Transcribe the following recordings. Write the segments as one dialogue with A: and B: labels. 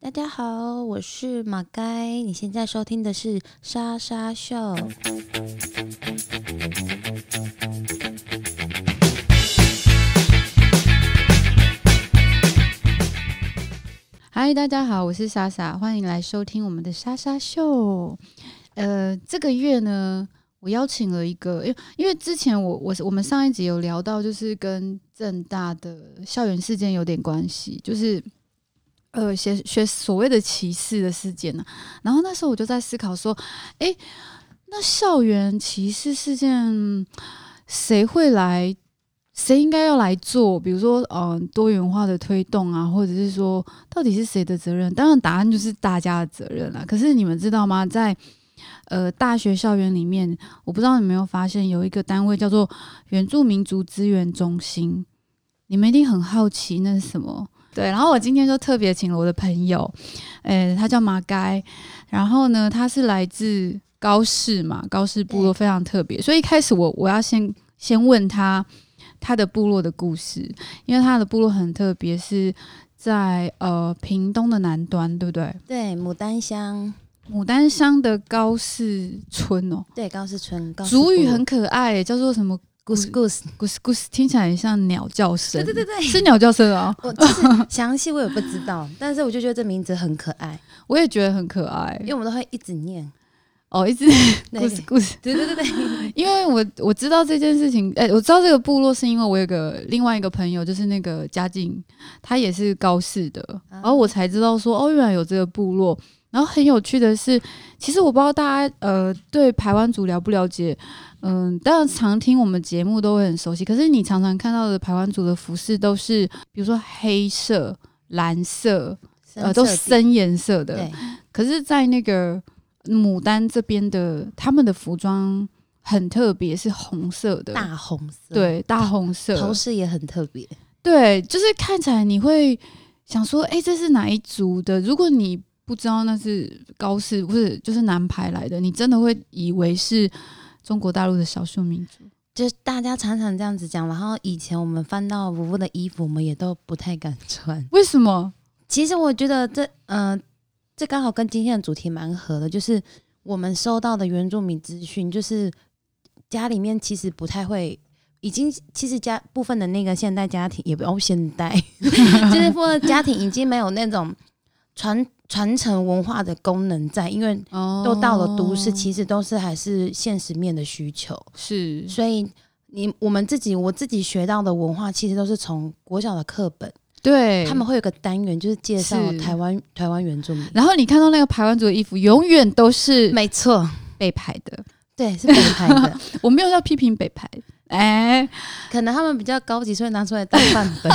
A: 大家好，我是马该，你现在收听的是莎莎秀。
B: 嗨，大家好，我是莎莎，欢迎来收听我们的莎莎秀。呃，这个月呢，我邀请了一个，因为因为之前我我我们上一集有聊到，就是跟正大的校园事件有点关系，就是呃学学所谓的歧视的事件呢、然后那时候我就在思考说，诶，那校园歧视事件谁会来？谁应该要来做？比如说，嗯、多元化的推动啊，或者是说，到底是谁的责任？当然，答案就是大家的责任啦。可是你们知道吗？在呃大学校园里面，我不知道你们有没有发现，有一个单位叫做原住民族资源中心。你们一定很好奇那是什么？对，然后我今天就特别请了我的朋友，呃，他叫马该，然后呢，他是来自高市嘛，高市部落非常特别，所以一开始我我要先先问他他的部落的故事，因为他的部落很特别，是在呃屏东的南端，对不对？
A: 对，牡丹乡，
B: 牡丹乡的高市村哦，
A: 对，高士村，高士
B: 主语
A: 部
B: 很可爱耶，叫做什么
A: goose goose，
B: goose goose，听起来很像鸟叫声，
A: 对对对对，
B: 是鸟叫声哦，
A: 我其实详细我也不知道，但是我就觉得这名字很可爱，
B: 我也觉得很可爱
A: 因为我们都会一直念。
B: 哦，一直
A: 对
B: goose goose，
A: 对对对对，
B: 因为我我知道这件事情，哎、我知道这个部落是因为我有个另外一个朋友，就是那个嘉靖，他也是高市的，
A: 嗯
B: 然后我才知道说，哦，原来有这个部落。然后很有趣的是，其实我不知道大家呃对台湾族了不了解，嗯，当然常听我们节目都会很熟悉，可是你常常看到的台湾族的服饰都是，比如说黑色、蓝色，呃，都
A: 色底
B: 深颜色的，
A: 对，
B: 可是，在那个牡丹这边的，他们的服装很特别，是红色的，
A: 大红色，，
B: 对大红
A: 头
B: 色，
A: 饰也很特别，
B: 对，就是看起来你会想说，哎、这是哪一族的？如果你不知道那是高士或者就是南排来的，你真的会以为是中国大陆的少数民族。
A: 就是大家常常这样子讲。然后以前我们翻到吴吴的衣服，我们也都不太敢穿。
B: 为什么？
A: 其实我觉得这，嗯、这刚好跟今天的主题蛮合的，就是我们收到的原住民资讯，就是家里面其实不太会，已经其实家部分的那个现代家庭也不用现代， 就是部分家庭已经没有那种传传承文化的功能在，因为
B: 哦
A: 都到了都市，其实都是还是现实面的需求，
B: 是
A: 所以。你我们自己，我自己学到的文化，其实都是从国小的课本，
B: 对
A: 他们。会有个单元，就是介绍
B: 是
A: 台湾台湾原住民。
B: 然后你看到那个排湾族的衣服，永远都是
A: 没错，
B: 北排的。
A: 对，是北派 的，
B: 我没有要批评北排，哎、
A: 可能他们比较高级，所以拿出来当范 本。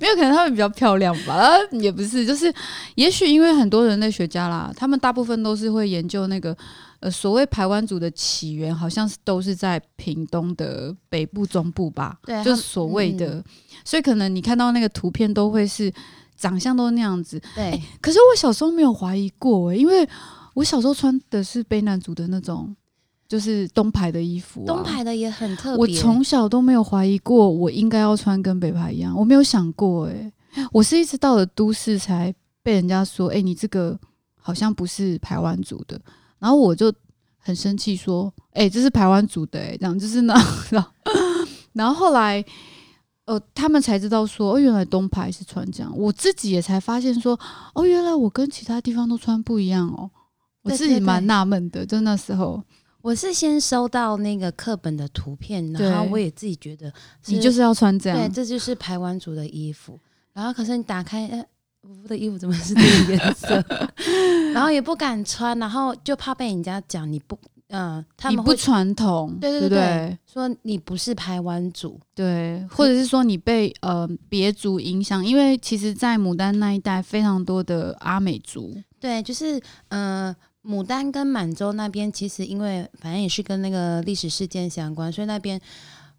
B: 没有可能他们比较漂亮吧？ 啊也不是，就是也许因为很多人类学家啦，他们大部分都是会研究那个呃所谓排湾族的起源，好像是都是在屏东的北部、中部吧，
A: 对
B: 就
A: 他
B: 是所谓的，
A: 嗯
B: 所以可能你看到那个图片都会是长相都那样子。
A: 对，
B: 可是我小时候没有怀疑过、欸，因为我小时候穿的是卑南族的那种，就是东排的衣服、啊，
A: 东派的也很特别。
B: 我从小都没有怀疑过我应该要穿跟北派一样，我没有想过诶、我是一直到了都市才被人家说，哎诶、你这个好像不是台湾族的，然后我就很生气说，诶、这是台湾族的、诶，这样就是那， 然后然后后来。呃，他们才知道说，哦，原来东牌是穿这样。我自己也才发现说，哦，原来我跟其他地方都穿不一样哦。我
A: 对
B: 自
A: 对对
B: 己蛮纳闷的，就那时候，
A: 我是先收到那个课本的图片，
B: 对
A: 然后我也自己觉得
B: 你就是要穿这样。
A: 对，这就是排湾族的衣服。然后可是你打开，呃，我的衣服怎么是这个颜色？ 然后也不敢穿，然后就怕被人家讲你不，嗯、他
B: 你
A: 们
B: 不
A: 会
B: 传统，
A: 对对
B: 对不
A: 对说你不是排湾族。
B: 对或者是说你被呃别族影响，因为其实，在牡丹那一带非常多的阿美族，
A: 对，就是呃，牡丹跟满洲那边其实因为反正也是跟那个历史事件相关，所以那边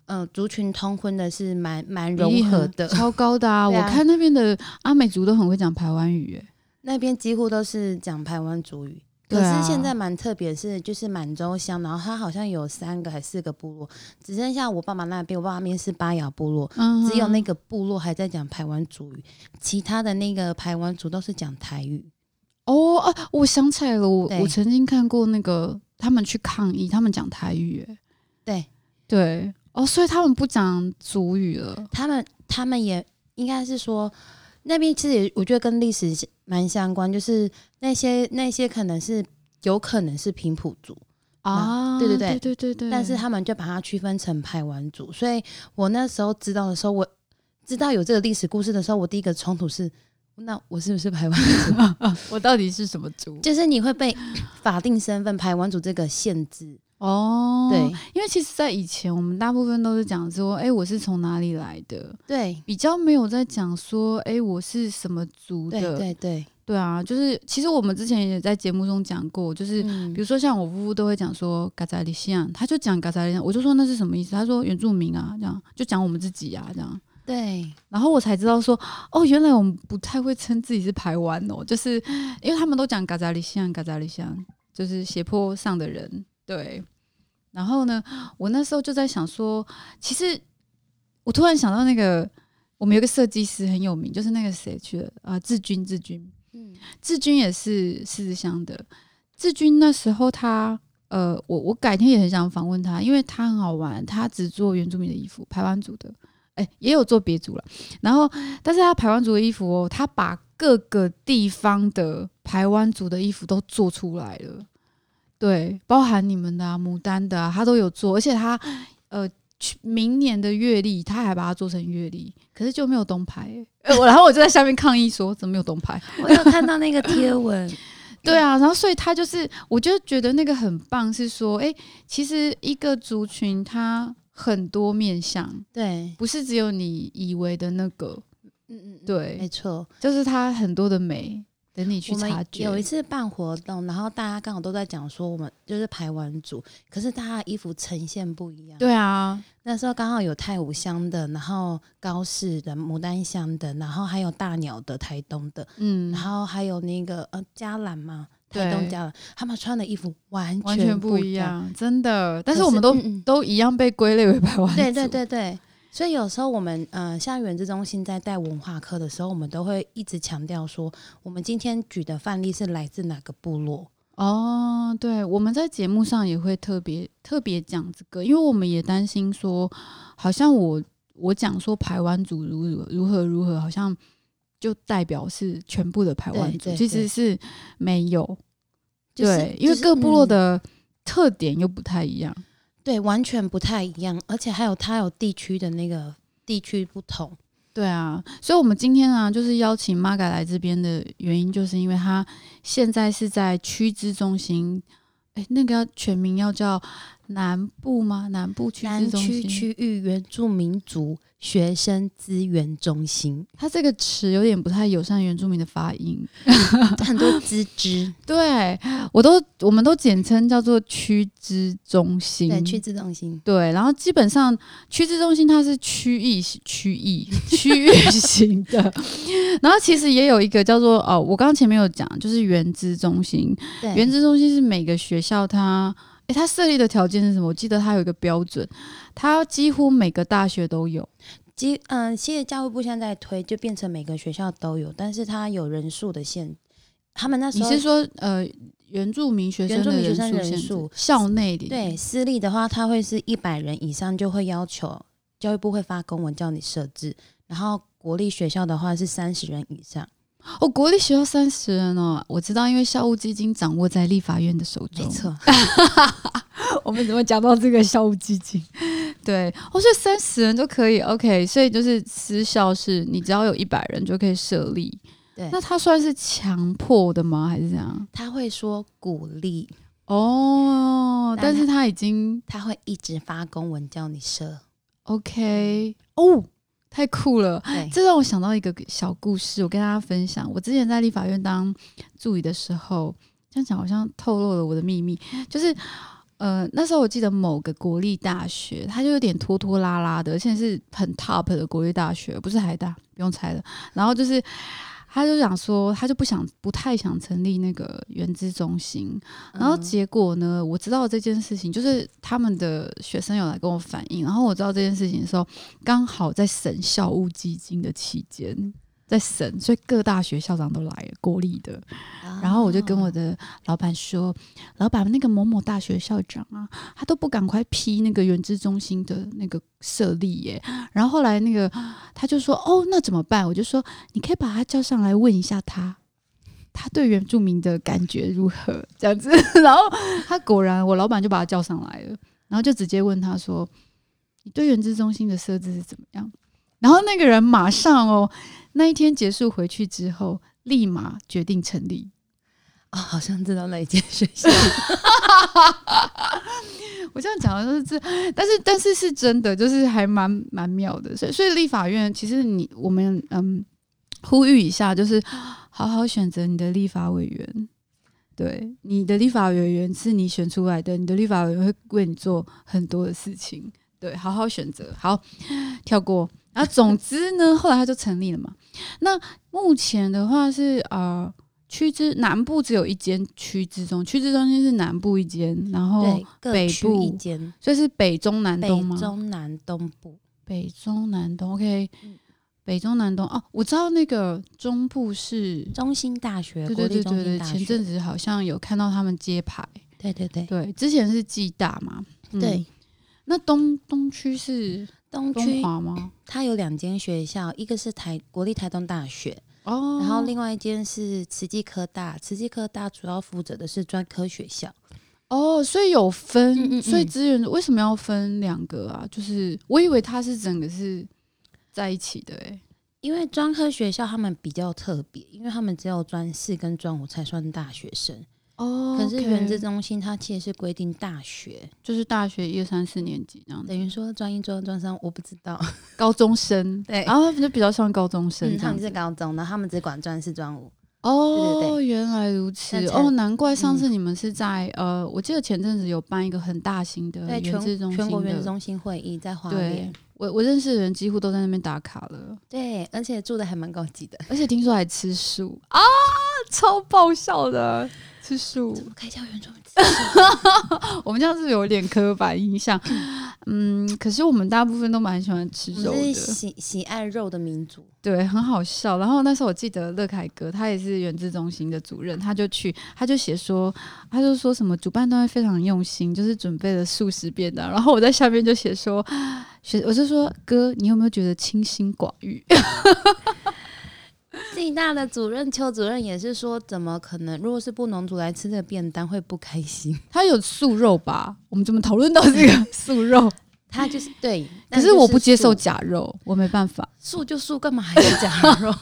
A: 呃族群通婚的是蛮蛮
B: 比例
A: 融
B: 很
A: 合的，
B: 超高的啊！
A: 对
B: 我
A: 啊
B: 看那边的阿美族都很会讲排湾语、欸，
A: 那边几乎都是讲台湾族语。可
B: 对啊
A: 是现在蛮特别，是就是满洲乡，然后它好像有三个还四个部落，只剩下我爸爸那边，我爸爸那边是巴雅部落，
B: 嗯哼
A: 只有那个部落还在讲排湾族语，其他的那个排湾族都是讲台语。
B: 哦啊，我想起来了，我
A: 对
B: 我曾经看过那个他们去抗议，他们讲台语，哎，
A: 对
B: 对，哦，所以他们不讲族语了，
A: 他们，他们也应该是说那边其实也我觉得跟历史蛮相关，就是那些那些可能是有可能是平埔族，
B: 啊，
A: 对对
B: 对
A: 对
B: 对对对，
A: 但是他们就把它区分成排湾族，所以我那时候知道的时候，我知道有这个历史故事的时候，我第一个冲突是，那我是不是排湾族？
B: 我到底是什么族？
A: 就是你会被法定身份排湾族这个限制，
B: 哦，
A: 对、，
B: 因为其实，在以前我们大部分都是讲说，哎、我是从哪里来的，
A: 对
B: 比较没有在讲说，哎、我是什么族的，
A: 对对对，
B: 对啊，就是其实我们之前也在节目中讲过，就是。
A: 嗯
B: 比如说像我夫妇都会讲说嘎扎里西安，他就讲嘎扎里西安，我就说那是什么意思？他说原住民啊，这样就讲我们自己啊，这样。
A: 对
B: 然后我才知道说，哦，原来我们不太会称自己是台湾哦，就是因为他们都讲嘎扎里西安，嘎扎里西安，就是斜坡上的人。对。然后呢，我那时候就在想说，其实我突然想到那个，我们有个设计师很有名，就是那个谁去了啊，志军，志军。
A: 嗯
B: 志军也是狮子乡的。志军那时候他呃，我我改天也很想访问他，因为他很好玩，他只做原住民的衣服，排湾族的，哎、也有做别族了。然后，但是他排湾族的衣服哦，他把各个地方的排湾族的衣服都做出来了，对，包含你们的啊、牡丹的啊，他都有做，而且他呃。去明年的月历，他还把它做成月历，可是就没有东牌、欸呃我然后我就在下面抗议说，怎么没有东牌？
A: 我有看到那个贴文，
B: 对
A: 嗯
B: 啊，然后所以他就是，我就觉得那个很棒，是说，诶，其实一个族群它很多面向，
A: 对，
B: 不是只有你以为的那个，
A: 嗯嗯，没
B: 对，
A: 错，
B: 就是它很多的美，等你去
A: 我
B: 察
A: 们
B: 觉。
A: 有一次办活动，然后大家刚好都在讲说我们就是排湾族，可是大家的衣服呈现不一样。
B: 对啊，
A: 那时候刚好有泰武乡的，然后高士的、牡丹乡的，然后还有大鸟的、台东的，
B: 嗯
A: 然，后还有那个呃嘉兰嘛，
B: 对
A: 台东嘉兰，他们穿的衣服完
B: 完全
A: 不
B: 不一。样，真的。但是我
A: 可
B: 们都、
A: 嗯嗯嗯
B: 都一样被归类为百万
A: 对对对对。所以有时候我们呃，像原子中心在带文化课的时候，我们都会一直强调说，我们今天举的范例是来自哪个部落。
B: 哦，对，我们在节目上也会特别特别讲这个，因为我们也担心说，好像我我讲说排湾族如何如何如何，好像就代表是全部的排湾
A: 对
B: 族，
A: 对
B: 其
A: 对
B: 实是没有，
A: 就是
B: 对，因为
A: 就是
B: 各部落
A: 嗯
B: 的特点又不太一样，
A: 对，完全不太一样，而且还有它有地区的那个地区不同。
B: 对啊，所以我们今天啊，就是邀请 m a 来这边的原因，就是因为他现在是在区支中心，哎，那个要全名要叫南部吗？南部区支
A: 南
B: 中
A: 区
B: 心。
A: 区域原住民族学生资源中心，
B: 它这个词有点不太友善原住民的发音，
A: 很多资 质，
B: 对我都我们都简称叫做区支中心。
A: 对，区资中心，
B: 对然后基本上区支中心它是区域区域区域型的， 然后其实也有一个叫做哦，我刚刚前面有讲，就是原支中心，
A: 对，
B: 原子中心是每个学校它，诶，它设立的条件是什么？我记得它有一个标准，它几乎每个大学都有。
A: 基嗯，现在教育部现在在推，就变成每个学校都有，但是它有人数的限。他们那时
B: 你
A: 候
B: 是说呃，原住民学生
A: 原住
B: 的
A: 民学
B: 人
A: 生
B: 数
A: 人
B: 限制
A: 数
B: 校内里
A: 对私立的话，它会是一百人以上就会要求教育部会发公文叫你设置，然后国立学校的话是三十人以上，
B: 哦，国立学校三十人哦，我知道，因为校务基金掌握在立法院的手中。
A: 没， 错，
B: 我们怎么讲到这个校务基金？对，哦，所以三十人都可以，OK，所以就是私校是你只要有一百人就可以设立。
A: 对
B: 那它算是强迫的吗？还是怎样？
A: 他会说鼓励，
B: 哦，
A: 那
B: 但
A: 它
B: 是他已经
A: 他会一直发公文叫你设。
B: OK 哦，太酷了！
A: 对，
B: 这让我想到一个小故事，我跟大家分享。我之前在立法院当助理的时候，这样讲好像透露了我的秘密，就是。呃，那时候我记得某个国立大学，它就有点拖拖拉拉的，而且是很 top 的国立大学，不是海大，不用猜了。然后就是他就想说，他就不想不太想成立那个原资中心。然后
A: 嗯
B: 结果呢，我知道这件事情，就是他们的学生有来跟我反映，然后我知道这件事情的时候，刚好在审校务基金的期间。在审，所以各大学校长都来了，国立的。
A: 啊
B: 然后我就跟我的老板说：“老板，那个某某大学校长啊，他都不赶快批那个原知中心的那个设立耶。”然后后来那个他就说：“哦，那怎么办？”我就说：“你可以把他叫上来问一下他，他对原住民的感觉如何？”这样子， 然后他果然，我老板就把他叫上来了，然后就直接问他说：“你对原知中心的设置是怎么样？”然后那个人马上哦，那一天结束回去之后，立马决定成立。
A: 哦，好像知道那一间学校，
B: 我这样讲的就是这，但是但是是真的，就是还蛮蛮妙的。所以所以立法院其实你我们嗯呼吁一下，就是好好选择你的立法委员。对，你的立法委员是你选出来的，你的立法委员会为你做很多的事情。对，好好选择，好跳过。然后总之呢，后来他就成立了嘛。那目前的话是呃。区之南部只有一间区之中，区之中心是南部一间，然后
A: 对，各
B: 北
A: 区
B: 部
A: 一间，
B: 所以是北中南
A: 北
B: 东吗？
A: 中南东部，
B: 北中南东，OK，、
A: 嗯
B: 北中南东哦，我知道那个中部是，
A: 中心大学，
B: 对
A: 国
B: 对
A: 立
B: 对
A: 中
B: 对
A: 心
B: 对，
A: 大
B: 前
A: 学，
B: 阵子好像有看到他们揭牌，
A: 对对对
B: 对，之前是暨大嘛，嗯
A: 对，。
B: 那东东区是
A: 东
B: 东
A: 区
B: 华吗？
A: 它有两间学校，一个是台国立台东大学，
B: 哦，
A: 然后另外一间是慈济科大，慈济科大主要负责的是专科学校。
B: 哦，所以有分，
A: 嗯嗯嗯
B: 所以资源为什么要分两个啊？就是我以为它是整个是在一起的、欸，
A: 因为专科学校他们比较特别，因为他们只有专四跟专五才算大学生。
B: 哦
A: 可是
B: OK
A: 原子中心它其实是规定大学，
B: 就是大学一二三四年级那样子
A: 等于说专一、专二、专三，我不知道。
B: 高中生，
A: 对
B: 然后就比较像高中 生
A: 嗯，
B: 这
A: 他
B: 样
A: 们
B: 子。
A: 是高中，然后他们只管专四、专五。
B: 哦，
A: 对对嗯
B: 原来如此
A: 那才
B: 哦，难怪上次你们是在、呃，我记得前阵子有办一个很大型的
A: 对，
B: 原子
A: 全
B: 中心
A: 全国原
B: 的
A: 子中心会议在花
B: 对
A: 莲。，
B: 我我认识的人几乎都在那边打卡了，
A: 对，而且住的还蛮高级的。
B: 而且听说还吃素啊，超爆笑的。吃素，
A: 怎么可以叫原住民？
B: 我们这样是不是有点刻板印象，嗯，可是我们大部分都蛮喜欢吃
A: 我
B: 肉
A: 们是
B: 的，
A: 喜喜爱肉的民族。
B: 对，很好笑。然后那时候我记得乐凯哥，他也是原子中心的主任，他就去，他就写说，他就说什么主办单位非常用心，就是准备了素食便当。啊然后我在下面就写说，写我就说哥，你有没有觉得清心寡欲？
A: 暨大的主任邱主任也是说，怎么可能？如果是布农族来吃这个便当，会不开心？
B: 他有素肉吧？我们怎么讨论到这个 素肉？
A: 他就是 对，
B: 可
A: 但
B: 是我
A: 就
B: 不接受
A: 素
B: 假肉，我没办法。
A: 素就素，干嘛还要讲肉？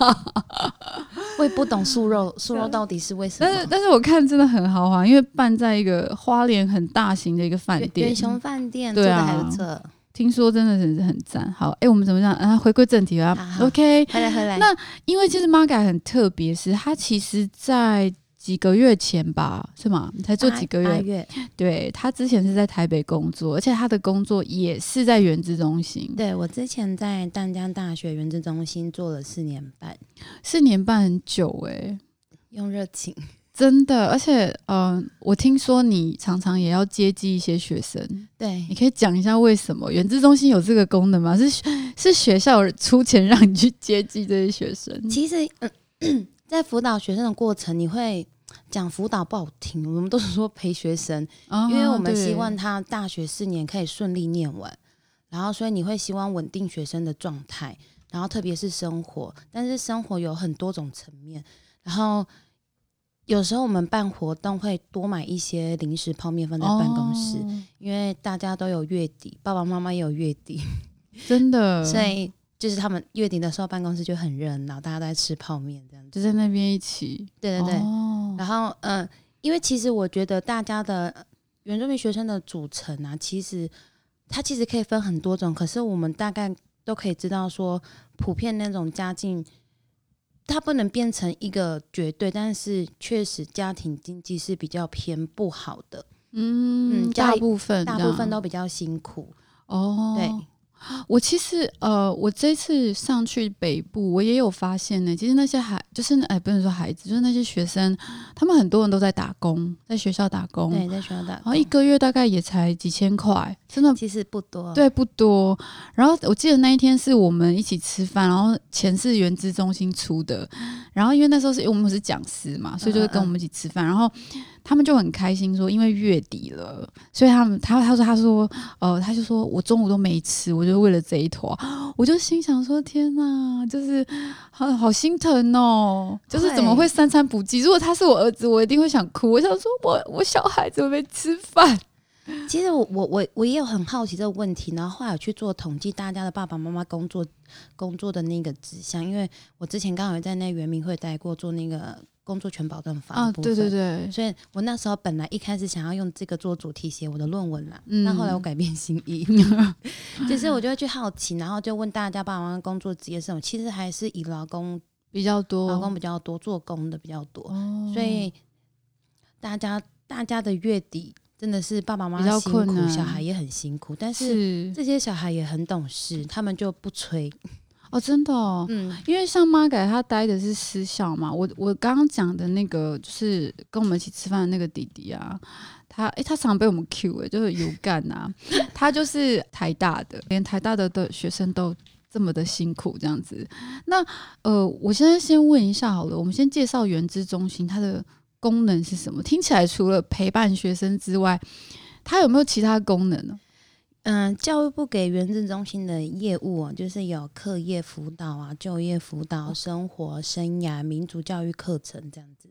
A: 我也不懂素肉，素肉到底啊是为什
B: 但是
A: 么？
B: 但是我看真的很豪华，因为办在一个花莲很大型的一个饭
A: 远
B: 店
A: 远，雄饭店做
B: 对
A: 的
B: 啊
A: 还不错，
B: 听说真的是很赞。好，哎、我们怎么讲啊？回归正题啊
A: 好好
B: ，OK。
A: 回来回来。
B: 那因为其实 Maga 很特别，是他其实在几个月前吧，是吗？你才做
A: 啊
B: 几个月？
A: 八月，
B: 对他之前是在台北工作，而且他的工作也是在原子中心，
A: 对我之前在淡江大学原子中心做了四年半，
B: 四年半很久诶、
A: 用热情。
B: 真的。而且，嗯、我听说你常常也要接机一些学生，
A: 对
B: 你，可以讲一下为什么原子中心有这个功能吗？是是学校出钱让你去接机这些学生？
A: 其实、嗯、在辅导学生的过程，你会讲辅导不好听，我们都是说陪学生，
B: 啊
A: 因为我们
B: 对
A: 希望他大学四年可以顺利念完，然后所以你会希望稳定学生的状态，然后特别是生活，但是生活有很多种层面，然后有时候我们办活动会多买一些零食泡面放在办公室，
B: 哦
A: 因为大家都有月底，爸爸妈妈也有月底，
B: 真的，
A: 所以就是他们月底的时候办公室就很热闹，大家都在吃泡面这样子。
B: 就在那边一起。
A: 对对对，
B: 哦
A: 然后，嗯、因为其实我觉得大家的呃原住民学生的组成啊，其实它其实可以分很多种，可是我们大概都可以知道说，普遍那种家境，它不能变成一个绝对，但是确实家庭经济是比较偏不好的，
B: 嗯，
A: 嗯家
B: 大
A: 里
B: 部分
A: 大
B: 这
A: 部
B: 样
A: 分都比较辛苦。
B: 嗯啊哦，
A: 对，
B: 我其实呃，我这次上去北部，我也有发现呢。其实那些孩，就是哎，不能说孩子，就是那些学生，他们很多人都在打工，在学校打工，
A: 对，在学校打
B: 哦然后一
A: 工，
B: 个月大概也才几千块，真的
A: 其实不多，，
B: 对不多。然后我记得那一天是我们一起吃饭，然后钱是原资中心出的，然后因为那时候是因为我们是讲师嘛，所以
A: 嗯
B: 就是跟我们一起吃饭，然后他们就很开心说，因为月底了，所以他们他他说他说呃他就说我中午都没吃，我就为了这一坨，我就心想说天哪，就是好好心疼哦，就是怎么
A: 会
B: 会三餐不继？如果他是我儿子，我一定会想哭，我想说我我小孩怎么没吃饭？
A: 其实我我我我也有很好奇这个问题，然后后来有去做统计大家的爸爸妈妈工作工作的那个指向，因为我之前刚好有在那圆明会待过，做那个工作权保障法
B: 啊，
A: 的部
B: 对对
A: 分。
B: 对，
A: 所以我那时候本来一开始想要用这个做主题写我的论文啦，
B: 嗯
A: 但后来我改变心 意，就是我就会去好奇，然后就问大家爸爸妈妈工作职业是什么，其实还是以劳工
B: 比较多，
A: 劳工比较多，做工的比较多，
B: 哦
A: 所以大家大家的月底真的是爸爸妈
B: 比
A: 妈
B: 较
A: 辛
B: 困
A: 苦，
B: 难
A: 小孩也很辛苦，但是
B: 是
A: 这些小孩也很懂事，他们就不催。
B: 哦，真的哦。
A: 嗯，
B: 因为像妈改他待的是私校嘛，我我刚刚讲的那个就是跟我们一起吃饭的那个弟弟啊，他诶、他常常被我们 Q 诶、就是有干啊，他就是台大的，连台大的的学生都这么的辛苦这样子。那呃，我现在先问一下好了，我们先介绍原知中心它的功能是什么？听起来除了陪伴学生之外，它有没有其他功能哦呢？
A: 嗯、教育部给原子中心的业务啊，就是有课业辅导啊、就业辅导、
B: 哦
A: 生活、生涯、民族教育课程这 样子。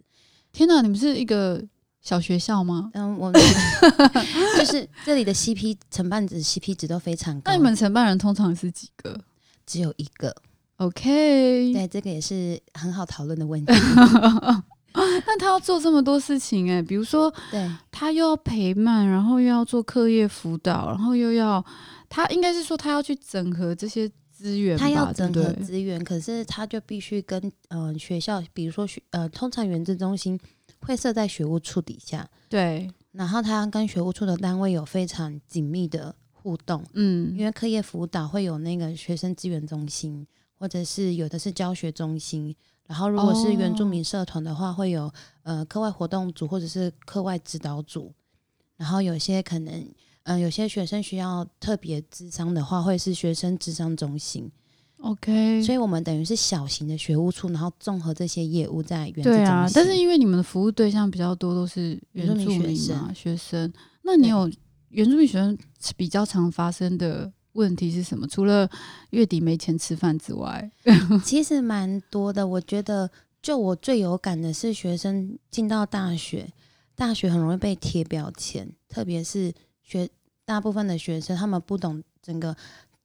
B: 天哪，你们是一个小学校吗？
A: 嗯， 我就是这里的 CP 承办值、CP 值都非常高，
B: 那你们承办人通常是几个
A: 只有一个。
B: ？OK，
A: 对，这个也是很好讨论的问题。
B: 那他要做这么多事情哎、比如说
A: 对，
B: 他又要陪伴，然后又要做课业辅导，然后又要他应该是说他要去整合这些资源吧，
A: 他要
B: 对
A: 整
B: 不
A: 合
B: 对
A: 资源，可是他就必须跟呃学校，比如说学呃，通常原子中心会设在学务处底下，
B: 对，
A: 然后他跟学务处的单位有非常紧密的互动，
B: 嗯，
A: 因为课业辅导会有那个学生资源中心，或者是有的是教学中心。然后，如果是原住民
B: 哦
A: 社团的话，会有呃课外活动组或者是课外指导组。然后有些可能，嗯、有些学生需要特别智商的话，会是学生智商中心。
B: OK，
A: 所以我们等于是小型的学务处，然后综合这些业务在原子
B: 对啊
A: 中心，
B: 但是因为你们的服务对象比较多都是原住民嘛
A: 原住民学生
B: 学生那你
A: 对
B: 有原住民学生比较常发生的问题是什么？除了月底没钱吃饭之外，
A: 其实蛮多的。我觉得，就我最有感的是学生进到大学，大学很容易被贴标签，特别是学大部分的学生，他们不懂整个。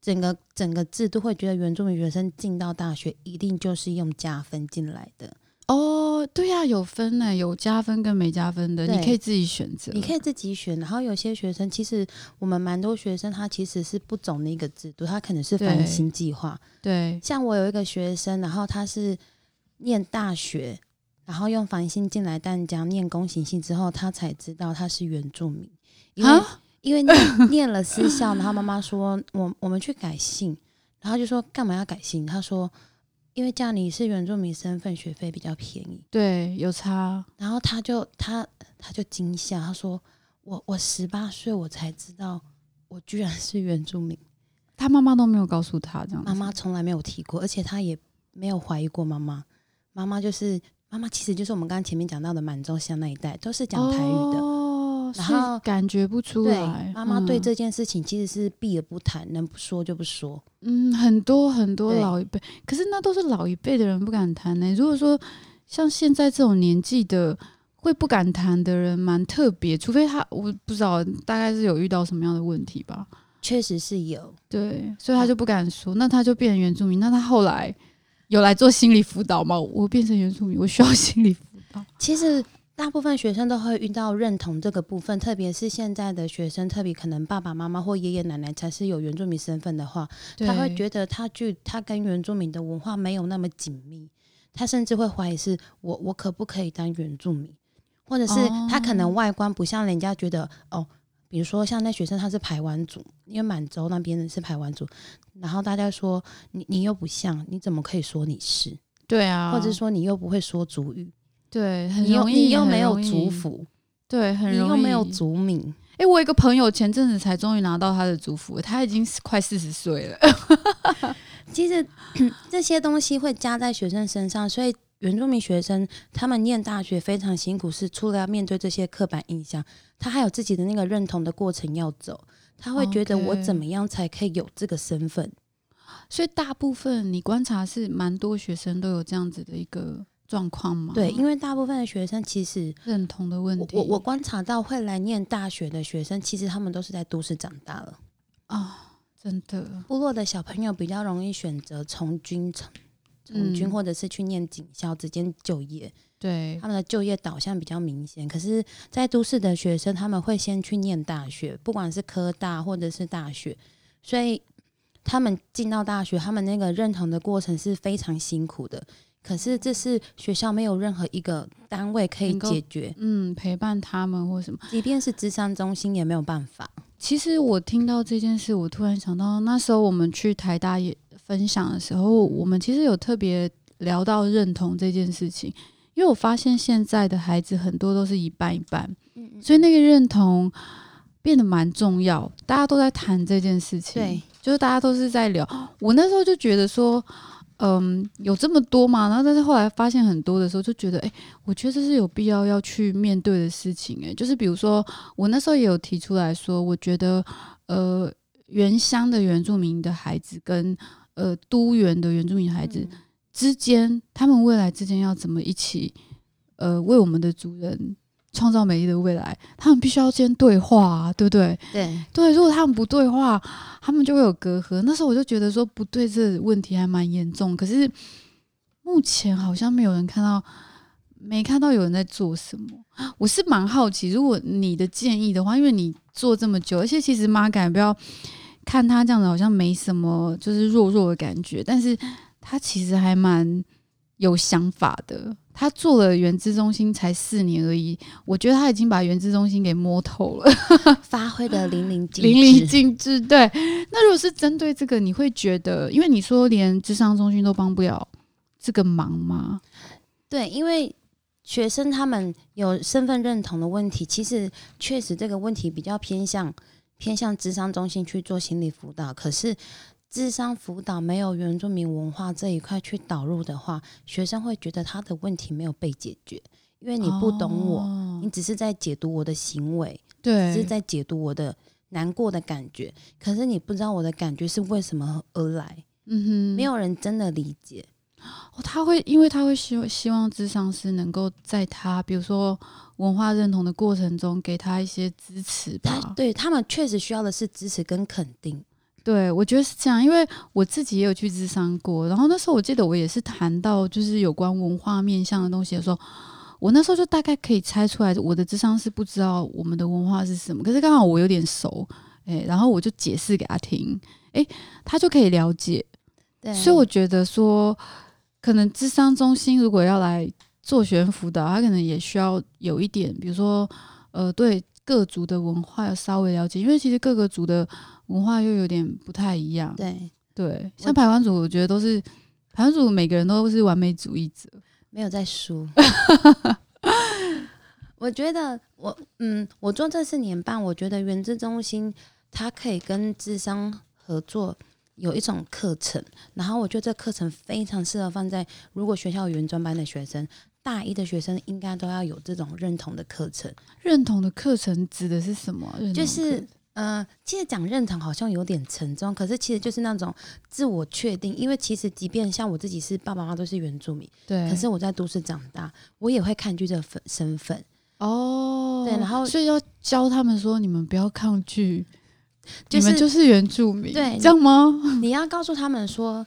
A: 整个整个制度会觉得原住民学生进到大学一定就是用加分进来的，
B: 哦，对呀、有分呢、有加分跟没加分的，
A: 对啊
B: 你可以自己选择。
A: 你可以自己选。然后有些学生，其实我们蛮多学生他其实是不懂那个制度，他可能是
B: 对
A: 翻新计划，
B: 对，
A: 像我有一个学生，然后他是念大学，然后用繁星进来淡江念公行系之后，他才知道他是原住民，因为
B: 啊，
A: 因为念 念了私校，然后妈妈说我我们去改姓，然后就说干嘛要改姓？他说因为这样你是原住民身份，学费比较便宜。
B: 对，有差。
A: 然后他就他他就惊吓，他说我我十八岁我才知道我居然是原住民，
B: 他妈妈都没有告诉他这样子。
A: 妈妈从来没有提过，而且她也没有怀疑过妈妈。妈妈就是妈妈，其实就是我们刚刚前面讲到的满洲乡那一带，都是讲台语的。
B: 哦，
A: 然
B: 是
A: 后
B: 感觉不出来
A: 对，。妈妈对
B: 嗯
A: 这件事情其实是避而不谈，能不说就不说。
B: 嗯，很多很多
A: 对
B: 老一辈，可是那都是老一辈的人不敢谈呢、如果说像现在这种年纪的会不敢谈的人，蛮特别，除非他我不知道，大概是有遇到什么样的问题吧。
A: 确实是有，
B: 对，所以
A: 嗯
B: 他就不敢说，那他就变成原住民。那他后来有来做心理辅导吗？我变成原住民，我需要心理辅导。
A: 其实大部分学生都会遇到认同这个部分，特别是现在的学生，特别可能爸爸妈妈或爷爷奶奶才是有原住民身份的话， 他会觉得他距他跟原住民的文化没有那么紧密，他甚至会怀疑是我我可不可以当原住民，或者是
B: 哦
A: 他可能外观不像人家觉得哦，比如说像那学生他是排湾族，因为满洲那边的是排湾族，然后大家说你你又不像，你怎么可以说你是？
B: 对啊，
A: 或者说你又不会说族语，
B: 对，很
A: 你又
B: 容易，
A: 你又
B: 很
A: 没有
B: 容易
A: 族，服，
B: 对，很
A: 你
B: 容易
A: 又没有族名，
B: 哎、我有一个朋友前阵子才终于拿到他的族服，他已经是快四十岁了。
A: 其实 这些东西会加在学生身上，所以原住民学生他们念大学非常辛苦，是除了要面对这些刻板印象，他还有自己的那个认同的过程要走。他会觉得
B: OK
A: 我怎么样才可以有这个身份？
B: 所以大部分你观察是蛮多学生都有这样子的一个状况嘛？
A: 对，因
B: 为
A: 为大部分的学生其实
B: 认同的问
A: 我
B: 题。
A: 我我观察到会来念大学的学生，其实他们都是在都市长大了。
B: 啊、真的
A: 部落的小朋友比较容易选择从军从从军，
B: 嗯
A: 或者是去念警校，直接就业。
B: 对
A: 他们的就业导向比较明显。可是，在都市的学生，他们会先去念大学，不管是科大或者是大学，所以他们进到大学，他们那个认同的过程是非常辛苦的。可是，这是学校没有任何一个单位可以
B: 能够
A: 解决，
B: 嗯，陪伴他们或什么。
A: 即便是智商中心也没有办法。
B: 其实我听到这件事，我突然想到那时候我们去台大也分享的时候，我们其实有特别聊到认同这件事情，因为我发现现在的孩子很多都是一半一半，所以那个认同变得蛮重要，大家都在谈这件事情，
A: 对，
B: 就是大家都是在聊。我那时候就觉得说。嗯，有这么多嘛？然后，但是后来发现很多的时候，就觉得，哎、我觉得这是有必要要去面对的事情、哎，就是比如说，我那时候也有提出来说，我觉得呃，原乡的原住民的孩子跟呃都原的原住民孩子之间，他们未来之间要怎么一起呃为我们的族人创造美丽的未来，他们必须要先对话、啊，对不对？
A: 对，
B: 对，如果他们不对话，他们就会有隔阂。那时候我就觉得说，不对，这个问题还蛮严重。可是目前好像没有人看到，没看到有人在做什么。我是蛮好奇，如果你的建议的话，因为你做这么久，而且其实妈感不要看他这样子，好像没什么，就是弱弱的感觉，但是他其实还蛮有想法的。他做了原资中心才四年而已，我觉得他已经把原资中心给摸透了。
A: 发挥的淋漓尽致。
B: 淋漓尽致。对，那如果是针对这个，你会觉得，因为你说连智商中心都帮不了这个忙吗？
A: 对，因为学生他们有身份认同的问题，其实确实这个问题比较偏向偏向智商中心去做心理辅导，可是。智商辅导没有原住民文化这一块去导入的话，学生会觉得他的问题没有被解决，因为你不懂我，
B: 哦
A: 你只是在解读我的行为，只是
B: 对，
A: 在解读我的难过的感觉，可是你不知道我的感觉是为什么而来，
B: 嗯哼，
A: 没有人真的理解。
B: 哦，他会，因为他会希希望智商师能够在他，比如说文化认同的过程中，给他一些支持
A: 他
B: 吧。
A: 对他们确实需要的是支持跟肯定，
B: 对，我觉得是这样，因为我自己也有去智商过，然后那时候我记得我也是谈到就是有关文化面向的东西的时候，我那时候就大概可以猜出来，我的智商是不知道我们的文化是什么，可是刚好我有点熟，诶、然后我就解释给他听，诶、他就可以了解，
A: 对
B: 所以我觉得说，可能智商中心如果要来做学员辅导，他可能也需要有一点，比如说，呃，对各族的文化要稍微了解，因为其实各个族的文化又有点不太一样。
A: 对
B: 对，像台湾族，我觉得都是台湾族每个人都是完美主义者。
A: 没有在 输。我觉得我嗯，我做这四年半，我觉得原子中心它可以跟智商合作。有一种课程，然后我觉得这课程非常适合放在如果学校有原专班的学生，大一的学生应该都要有这种认同的课程。
B: 认同的课程指的是什么啊？认同
A: 就
B: 的
A: 是
B: 课
A: 呃，其实讲认同好像有点沉重，可是其实就是那种自我确定。因为其实即便像我自己是爸爸妈妈都是原住民，
B: 对，
A: 可是我在都市长大，我也会抗拒这个分身份。
B: 哦，
A: 对然后
B: 所以要教他们说，你们不要抗拒，
A: 就
B: 你们
A: 是
B: 就是原住民，
A: 对
B: 这样吗？
A: 你要告诉他们说，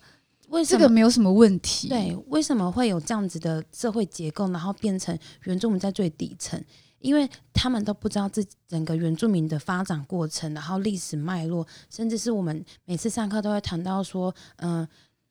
A: 为什
B: 这
A: 么
B: 个没有什么问题。
A: 对为什么会有这样子的社会结构，然后变成原住民在最底层。因为他们都不知道自己整个原住民的发展过程，然后历史脉络，甚至是我们每次上课都会谈到说，嗯、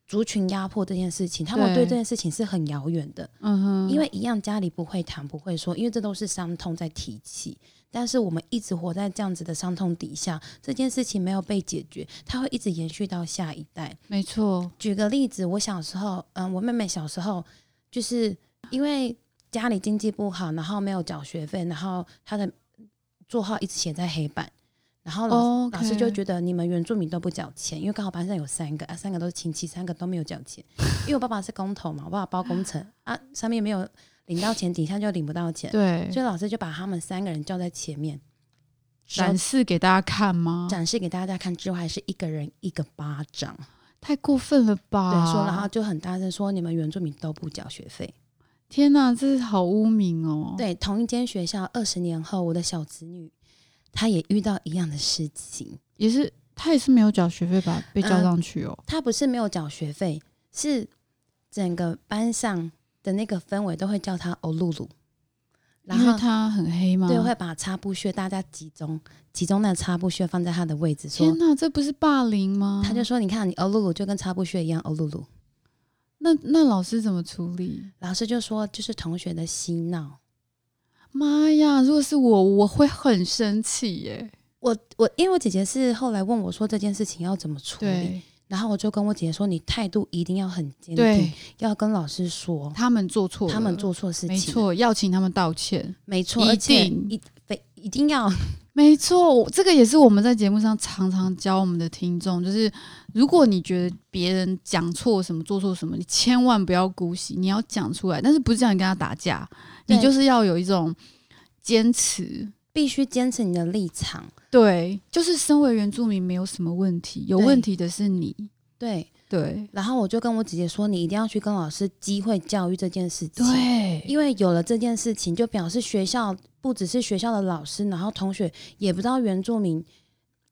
A: 族群压迫这件事情，他们
B: 对
A: 对这件事情是很遥远的，
B: 嗯哼，
A: 因为一样家里不会谈，不会说，因为这都是伤痛在提起。但是我们一直活在这样子的伤痛底下，这件事情没有被解决，它会一直延续到下一代。
B: 没错，
A: 举个例子，我小时候，嗯，我妹妹小时候就是因为家里经济不好，然后没有缴学费，然后她的座号一直写在黑板，然后老师、
B: 哦，
A: 老师就觉得你们原住民都不缴钱，因为刚好班上有三个啊，三个都是亲戚，三个都没有缴钱。 因为我爸爸是工头嘛，我爸爸包工程啊，上面没有领到钱，底下就领不到钱，
B: 对，
A: 所以老师就把他们三个人叫在前面，
B: 展示给大家看吗？
A: 展示给大家看之后，还是一个人一个巴掌。
B: 太过分了吧！
A: 对，说然后就很大声说你们原住民都不缴学费。
B: 天哪，这是好污名哦。，
A: 对，同一间学校，二十年后，我的小子女她也遇到一样的事情。
B: 也是他也是没有缴学费吧？被叫
A: 嗯
B: 上去哦。
A: 她不是没有缴学费，是整个班上的那个氛围都会叫她欧露露，嗯然
B: 因为
A: 后
B: 他很黑吗？
A: 对会把擦布屑大家集中集中那个擦布屑放在她的位置，
B: 天
A: 说
B: 哪，这不是霸凌吗？
A: 她就说你看你欧哦露露就跟擦布屑一样哦欧露露。
B: 那那老师怎么处理？
A: 老师就说就是同学的嬉闹。
B: 妈呀！如果是我，我会很生气耶。
A: 我我因为我姐姐是后来问我说这件事情要怎么处理，
B: 对
A: 然后我就跟我姐姐说你态度一定要很坚定
B: 对，，
A: 要跟老师说。
B: 他们做错了，
A: 他们做错事情，
B: 没，错，要请他们道歉。
A: 没错，
B: 一
A: 而且
B: 定
A: 一非一定要
B: 没错，我这个也是我们在节目上常常教我们的听众，就是如果你觉得别人讲错什么、做错什么，你千万不要姑息，你要讲出来，但是不是叫你跟他打架，
A: 对
B: 你就是要有一种坚持。
A: 必须坚持你的立场。
B: 对，就是身为原住民没有什么问题，有
A: 对
B: 问题的是你。
A: 对，
B: 对
A: 然后我就跟我姐姐说，你一定要去跟老师机会教育这件事情。，
B: 对，
A: 因为有了这件事情，就表示学校不只是学校的老师，然后同学也不知道原住民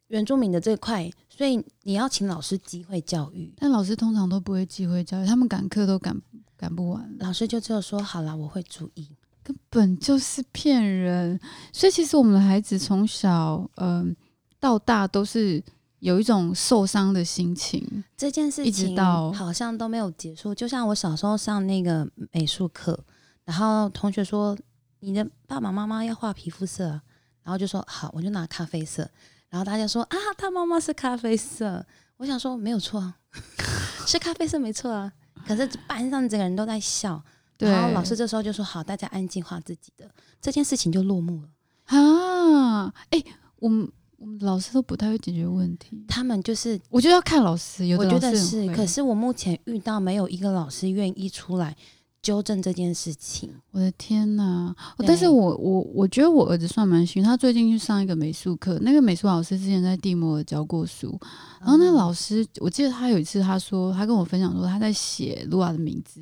A: 原住民的这块，所以你要请老师机会教育。
B: 但老师通常都不会机会教育，他们赶课都赶赶不完。
A: 老师就只有说好啦，我会注意。
B: 根本就是骗人。所以其实我们的孩子从小嗯、到大都是有一种受伤的心情，
A: 这件事
B: 一直
A: 情
B: 到
A: 好像都没有结束。就像我小时候上那个美术课，然后同学说你的爸爸妈妈要画皮肤色啊，然后就说好，我就拿咖啡色。然后大家说啊，他妈妈是咖啡色。我想说没有错啊， 是咖啡色没错啊。可是班上整个人都在笑，
B: 对，
A: 然后老师这时候就说好，大家安静画自己的，这件事情就落幕了。
B: 啊，哎、我们我们老师都不太会解决问题，
A: 他们就是
B: 我觉得要看老师，有
A: 我
B: 的
A: 觉
B: 老
A: 得
B: 师
A: 是
B: 很，会
A: 可是我目前遇到没有一个老师愿意出来纠正这件事情。
B: 我的天呐！哦
A: 对
B: 但是我我我觉得我儿子算蛮幸运，他最近去上一个美术课，那个美术老师之前在蒂摩尔教过书，然后
A: 嗯
B: 那老师，我记得他有一次他说，他跟我分享说他在写露雅的名字，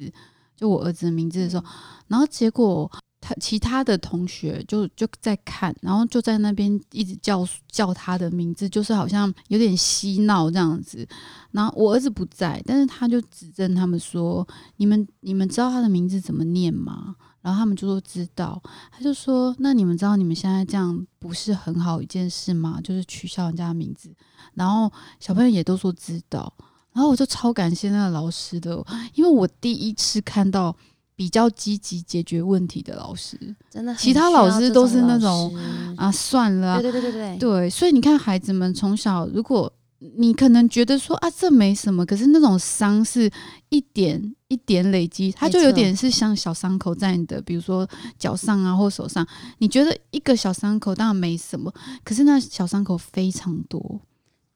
B: 就我儿子的名字的时候，然后结果他其他的同学就就在看，然后就在那边一直叫叫他的名字，就是好像有点嬉闹这样子。然后我儿子不在，但是他就指正他们说：“你们你们知道他的名字怎么念吗？”然后他们就说知道，他就说：“那你们知道你们现在这样不是很好一件事吗？就是取笑人家的名字。”然后小朋友也都说知道，然后我就超感谢那个老师的，因为我第一次看到比较积极解决问题的老师
A: 真的很
B: 其他
A: 需要
B: 老师
A: 这
B: 都
A: 种
B: 是那
A: 老
B: 种
A: 师
B: 啊，算了啊、
A: 对对对对对，
B: 对，所以你看，孩子们从小，如果你可能觉得说啊，这没什么，可是那种伤是一点一点累积，它
A: 没
B: 就有
A: 错
B: 点是像小伤口在你的，比如说脚上啊或手上，你觉得一个小伤口当然没什么，可是那小伤口非常多，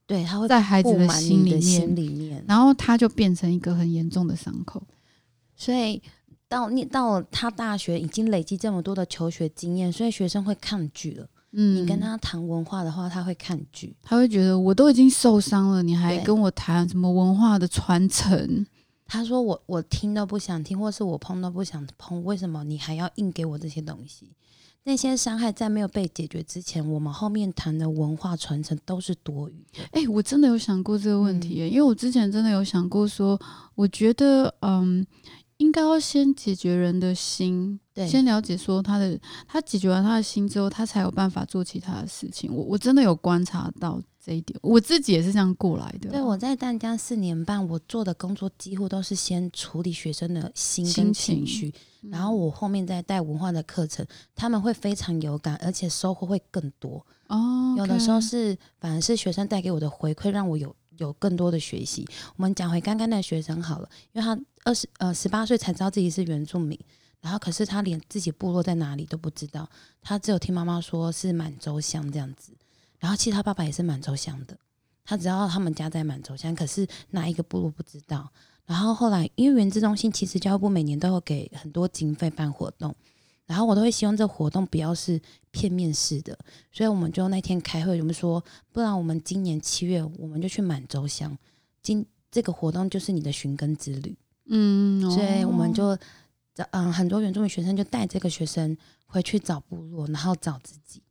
A: 对，他会
B: 在孩子
A: 布
B: 的
A: 满
B: 心
A: 你
B: 里
A: 的心
B: 面，
A: 里面，
B: 然后它就变成一个很严重的伤口。
A: 所以。到你到他大学已经累积这么多的求学经验，所以学生会抗拒了。
B: 嗯，
A: 你跟他谈文化的话，他会抗拒。
B: 他会觉得我都已经受伤了，你还
A: 对
B: 跟我谈什么文化的传承？
A: 他说我我听都不想听，或是我碰都不想碰，为什么你还要硬给我这些东西？那些伤害在没有被解决之前，我们后面谈的文化传承都是多余的。
B: 哎、我真的有想过这个问
A: 嗯
B: 题耶、因为我之前真的有想过说，我觉得嗯，应该要先解决人的心，
A: 对，
B: 先了解说他的，他解决完他的心之后，他才有办法做其他的事情。我我真的有观察到这一点，我自己也是这样过来的。
A: 对，我在淡江四年半，我做的工作几乎都是先处理学生的心
B: 心
A: 跟
B: 情
A: 情绪，
B: 嗯
A: 然后我后面再带文化的课程，他们会非常有感，而且收获会更多。
B: 哦，
A: 有的时候是反而是学生带给我的回馈，让我有有更多的学习。我们讲回刚刚那个学生好了，因为他二十呃十八岁才知道自己是原住民，然后可是他连自己部落在哪里都不知道，他只有听妈妈说是满洲乡这样子，然后其实他爸爸也是满洲乡的，他只知道他们家在满洲乡，可是哪一个部落不知道。然后后来，因为原子中心其实教育部每年都有给很多经费办活动，然后我都会希望这活动不要是片面式的，所以我们就那天开会，我们说，不然我们今年七月我们就去满洲乡，今这个活动就是你的寻根之旅，
B: 嗯，
A: 所以我们
B: 哦
A: 就找嗯很多原住民学生就带这个学生回去找部落，然后找自己。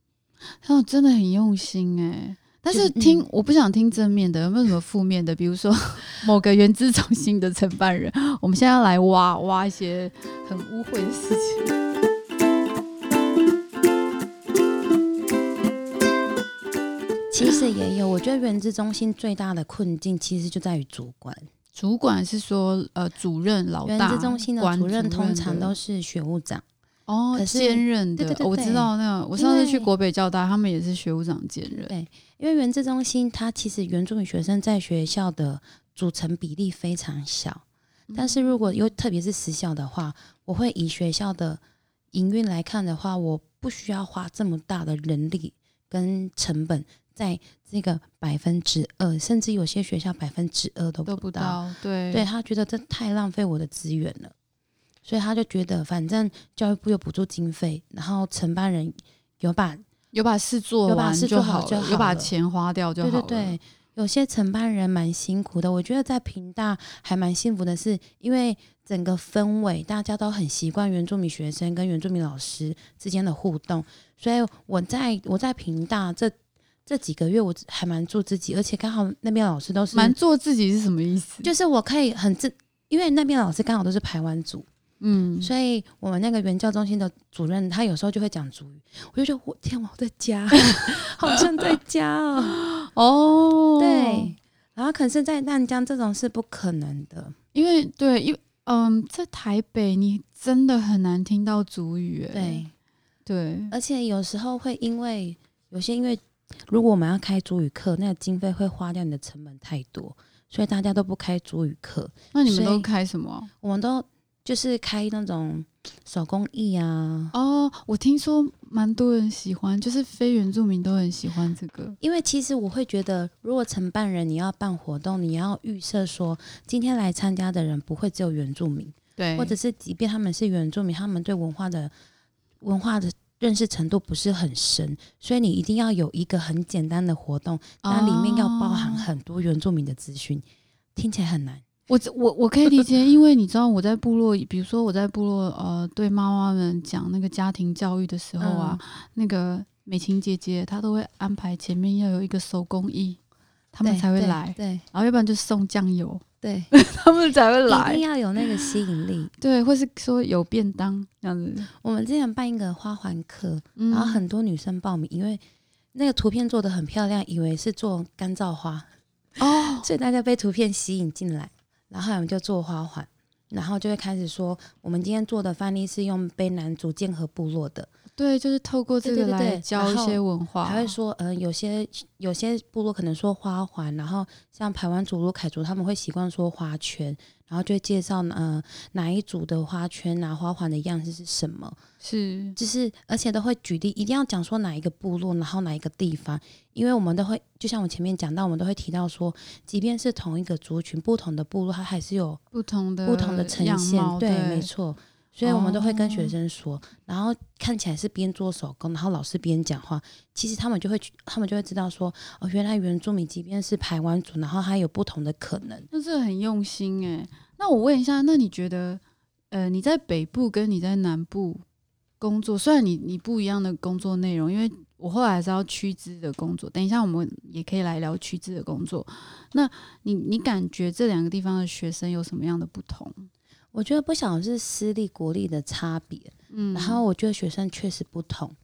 B: 他们真的很用心哎、但
A: 就是是
B: 听、
A: 嗯
B: 我不想听正面的，有没有什么负面的？比 如说某个原资中心的承办人，我们现在要来挖挖一些很污秽的事情。
A: 其实也有，我觉得原子中心最大的困境其实就在于主管。
B: 主管是说呃主任老
A: 原
B: 大，
A: 子中心的
B: 管
A: 主任通常
B: 的
A: 都是学务长，
B: 哦
A: 可是
B: 兼任的
A: 对对对
B: 哦我知
A: 对
B: 道那个我上次去
A: 因为
B: 国北交大，他们也是学务长兼任
A: 对因为原子中心它其实原住民学生在学校的组成比例非常小。嗯
B: 嗯
A: 但是如果有特别是私校的话，我会以学校的营运来看的话，我不需要花这么大的人力跟成本在这个百分之二，甚至有些学校百分之二都
B: 都
A: 不
B: 不
A: 到。
B: 到对
A: 对他觉得这太浪费我的资源了，所以他就觉得反正教育部有补助经费，然后承办人有把
B: 有把事做
A: 有把
B: 完
A: 事
B: 就
A: 做好
B: 好
A: 就
B: 了，有
A: 好
B: 把
A: 了
B: 钱花掉就
A: 对
B: 好
A: 对
B: 了。
A: 对，有些承办人蛮辛苦的。我觉得在平大还蛮幸福的是，因为整个氛围大家都很习惯原住民学生跟原住民老师之间的互动，所以我在我在平大这这几个月我还蛮做自己，而且刚好那边老师都是
B: 蛮做自己是什么意思？
A: 就是我可以很自。因为那边老师刚好都是排湾族，
B: 嗯，
A: 所以我们那个原教中心的主任他有时候就会讲族语，我就觉得我天啊，我在 家，好像在家哦。
B: 哦，
A: 对，，然后可是，在淡江这种是不可能的。
B: 因为对，因为嗯，在台北你真的很难听到主语，哎
A: 对，呃
B: 对，
A: 而且有时候会因为有些因为，如果我们要开主语课，那个经费会花掉你的成本太多，所以大家都不开主语课，
B: 那你们
A: 所
B: 都
A: 以
B: 开什么？啊
A: 我们都就是开那种手工艺啊。
B: 哦，我听说蛮多人喜欢，就是非原住民都很喜欢这个，
A: 因为其实我会觉得，如果承办人你要办活动，你要预设说，今天来参加的人不会只有原住民，
B: 对，
A: 或者是即便他们是原住民，他们对文化的文化的认识程度不是很深，所以你一定要有一个很简单的活动，那里面要包含
B: 哦
A: 很多原住民的资讯，听起来很难。
B: 我只我我可以理解，因为你知道我在部落，比如说我在部落，呃，对妈妈们讲那个家庭教育的时候啊，
A: 嗯
B: 那个美琴姐姐她都会安排前面要有一个手工艺，他们
A: 对
B: 才会
A: 对
B: 来，
A: 对
B: 然后要不然就送 酱油，
A: 对，
B: 他们才会
A: 一定要有那个吸引力。
B: 对，或是说有便当这样子，
A: 我们之前办一个花环课，
B: 嗯
A: 然后很多女生报名，因为那个图片做的很漂亮，以为是做干燥花，
B: 哦，
A: 所以大家被图片吸引进来，然后我们就做花环，然后就会开始说，我们今天做的范例是用卑南族剑河部落的，
B: 对，就是透过这
A: 对对对
B: 个来
A: 对
B: 教一
A: 然后
B: 些文化，
A: 还会说，呃，有些有些部落可能说花环，然后像排湾族、卢凯族他们会习惯说花圈，然后就会介绍，呃，哪一组的花圈啊，花环的样式是什么，
B: 是
A: 就是而且都会举例，一定要讲说哪一个部落，然后哪一个地方，因为我们都会，就像我前面讲到，我们都会提到说，即便是同一个族群，不同的部落，它还是有
B: 不同的
A: 不同的呈
B: 呃样
A: 现
B: 貌，，
A: 对，没
B: 对，
A: 错。所以我们都会跟
B: 哦
A: 学生说，然后看起来是边做手工，然后老师边讲话，其实他们就会去，他们就会知道说，哦，原来原住民即便是排湾族，然后还有不同的可能。
B: 那这很用心哎。那我问一下，那你觉得，呃，你在北部跟你在南部工作，虽然你你不一样的工作内容，因为我后来还是要趋之的工作，等一下我们也可以来聊趋之的工作。那你你感觉这两个地方的学生有什么样的不同？
A: 我觉得不晓得是私立国立的差别，
B: 嗯
A: 然后我觉得学生确实不同，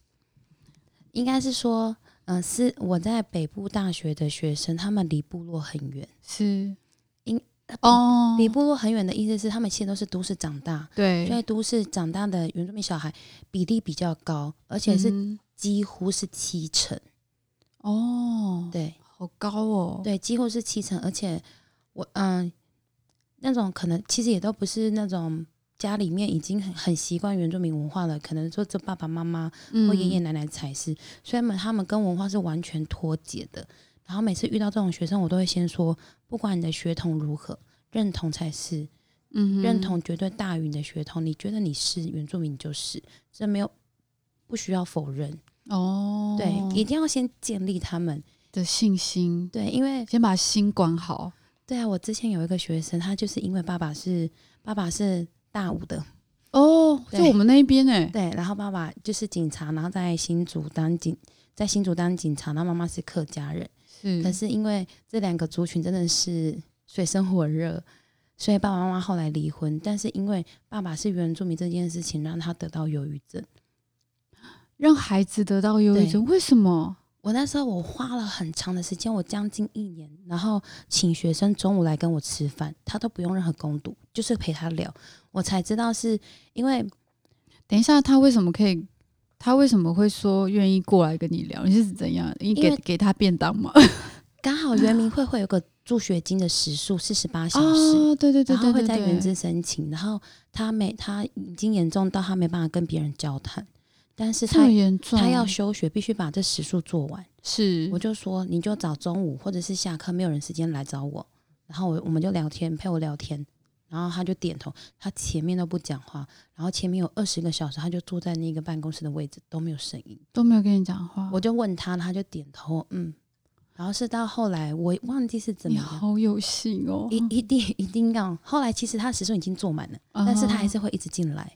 A: 应该是说，嗯、是我在北部大学的学生，他们离部落很远。
B: 是
A: 因呃
B: 哦，
A: 离部落很远的意思是，他们其实都是都市长大，所
B: 对，
A: 以都市长大的原住民小孩比例比较高，而且是
B: 嗯
A: 几乎是七成。
B: 哦，，
A: 对
B: 好高哦，，
A: 对，几乎是七成。而且我嗯，那种可能其实也都不是那种家里面已经很很习惯原住民文化了，可能说这爸爸妈妈
B: 嗯
A: 或爷爷奶奶才是，所以他们他们跟文化是完全脱节的。然后每次遇到这种学生，我都会先说，不管你的血统如何，认同才是，
B: 嗯
A: 认
B: 哼
A: 同绝对大于你的血统。你觉得你是原住民，你就是，这没有不需要否认。
B: 哦，
A: 对，一定要先建立他们。
B: 的信心，
A: 对，因为
B: 先把心管好，
A: 对啊，我之前有一个学生，他就是因为爸爸是爸爸是大武的，
B: 哦，就
A: 对
B: 我们那边哎，
A: 对，然后爸爸就是警察，然后在新竹当警，在新竹当警察，然后妈妈是客家人。
B: 是，
A: 可是因为这两个族群真的是水深火热，所以爸爸妈妈后来离婚。但是因为爸爸是原住民这件事情，让他得到忧郁症。
B: 让孩子得到忧郁
A: 对
B: 症，为什么？
A: 我那时候我花了很长的时间，我将近一年，然后请学生中午来跟我吃饭，他都不用任何攻读，就是陪他聊，我才知道是因为
B: 等一下，他为什么可以？他为什么会说愿意过来跟你聊？你是怎样？你
A: 因
B: 给
A: 为
B: 给他便当吗？
A: 刚好原民会会有个助学金的时数四十八小时，
B: 啊，对对对对对对，
A: 然后会在原
B: 对
A: 资申请，然后他没他已经严重到他没办法跟别人交谈，但是
B: 这
A: 他
B: 么严重，
A: 他要休学，必须把这时数做完。
B: 是
A: 我就说你就找中午或者是下课没有人时间来找我，然后我我们就聊天，陪我聊天，然后他就点头，他前面都不讲话，然后前面有二十个小时，他就坐在那个办公室的位置都没有声音，
B: 都没有跟你讲话，
A: 我就问他，他就点头，嗯，然后是到后来我忘记是怎么
B: 你
A: 样。
B: 好有心哦，
A: 一一定一定要，后来其实他时数已经坐满了，
B: 啊
A: 但是他还是会一直进来。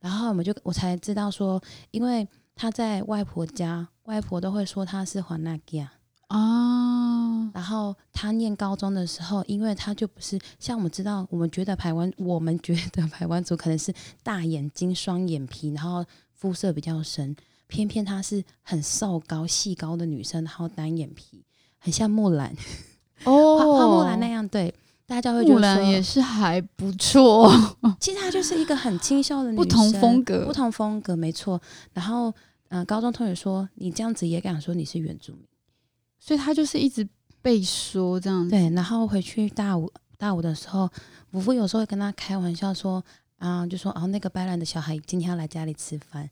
A: 然后我们就我才知道说，因为他在外婆家，外婆都会说他是华纳吉亚。
B: 啊，
A: 然后他念高中的时候，因为他就不是像我们知道，我们觉得台湾，我们觉得台湾族可能是大眼睛、双眼皮，然后肤色比较深，偏偏她是很瘦高、细高的女生，然后单眼皮，很像木兰，花
B: 哦，
A: 花木兰那样，对。大家会觉
B: 木
A: 得
B: 兰
A: 说
B: 也是还不错，
A: 其实她就是一个很清秀的女生，
B: 不同风格
A: 不同风格没错。然后，嗯、高中同学说你这样子也敢说你是原住民？
B: 所以他就是一直被说这样子，
A: 对。然后回去大五大五的时候，我父有时候会跟他开玩笑说，啊、就说哦，那个白兰的小孩今天要来家里吃饭，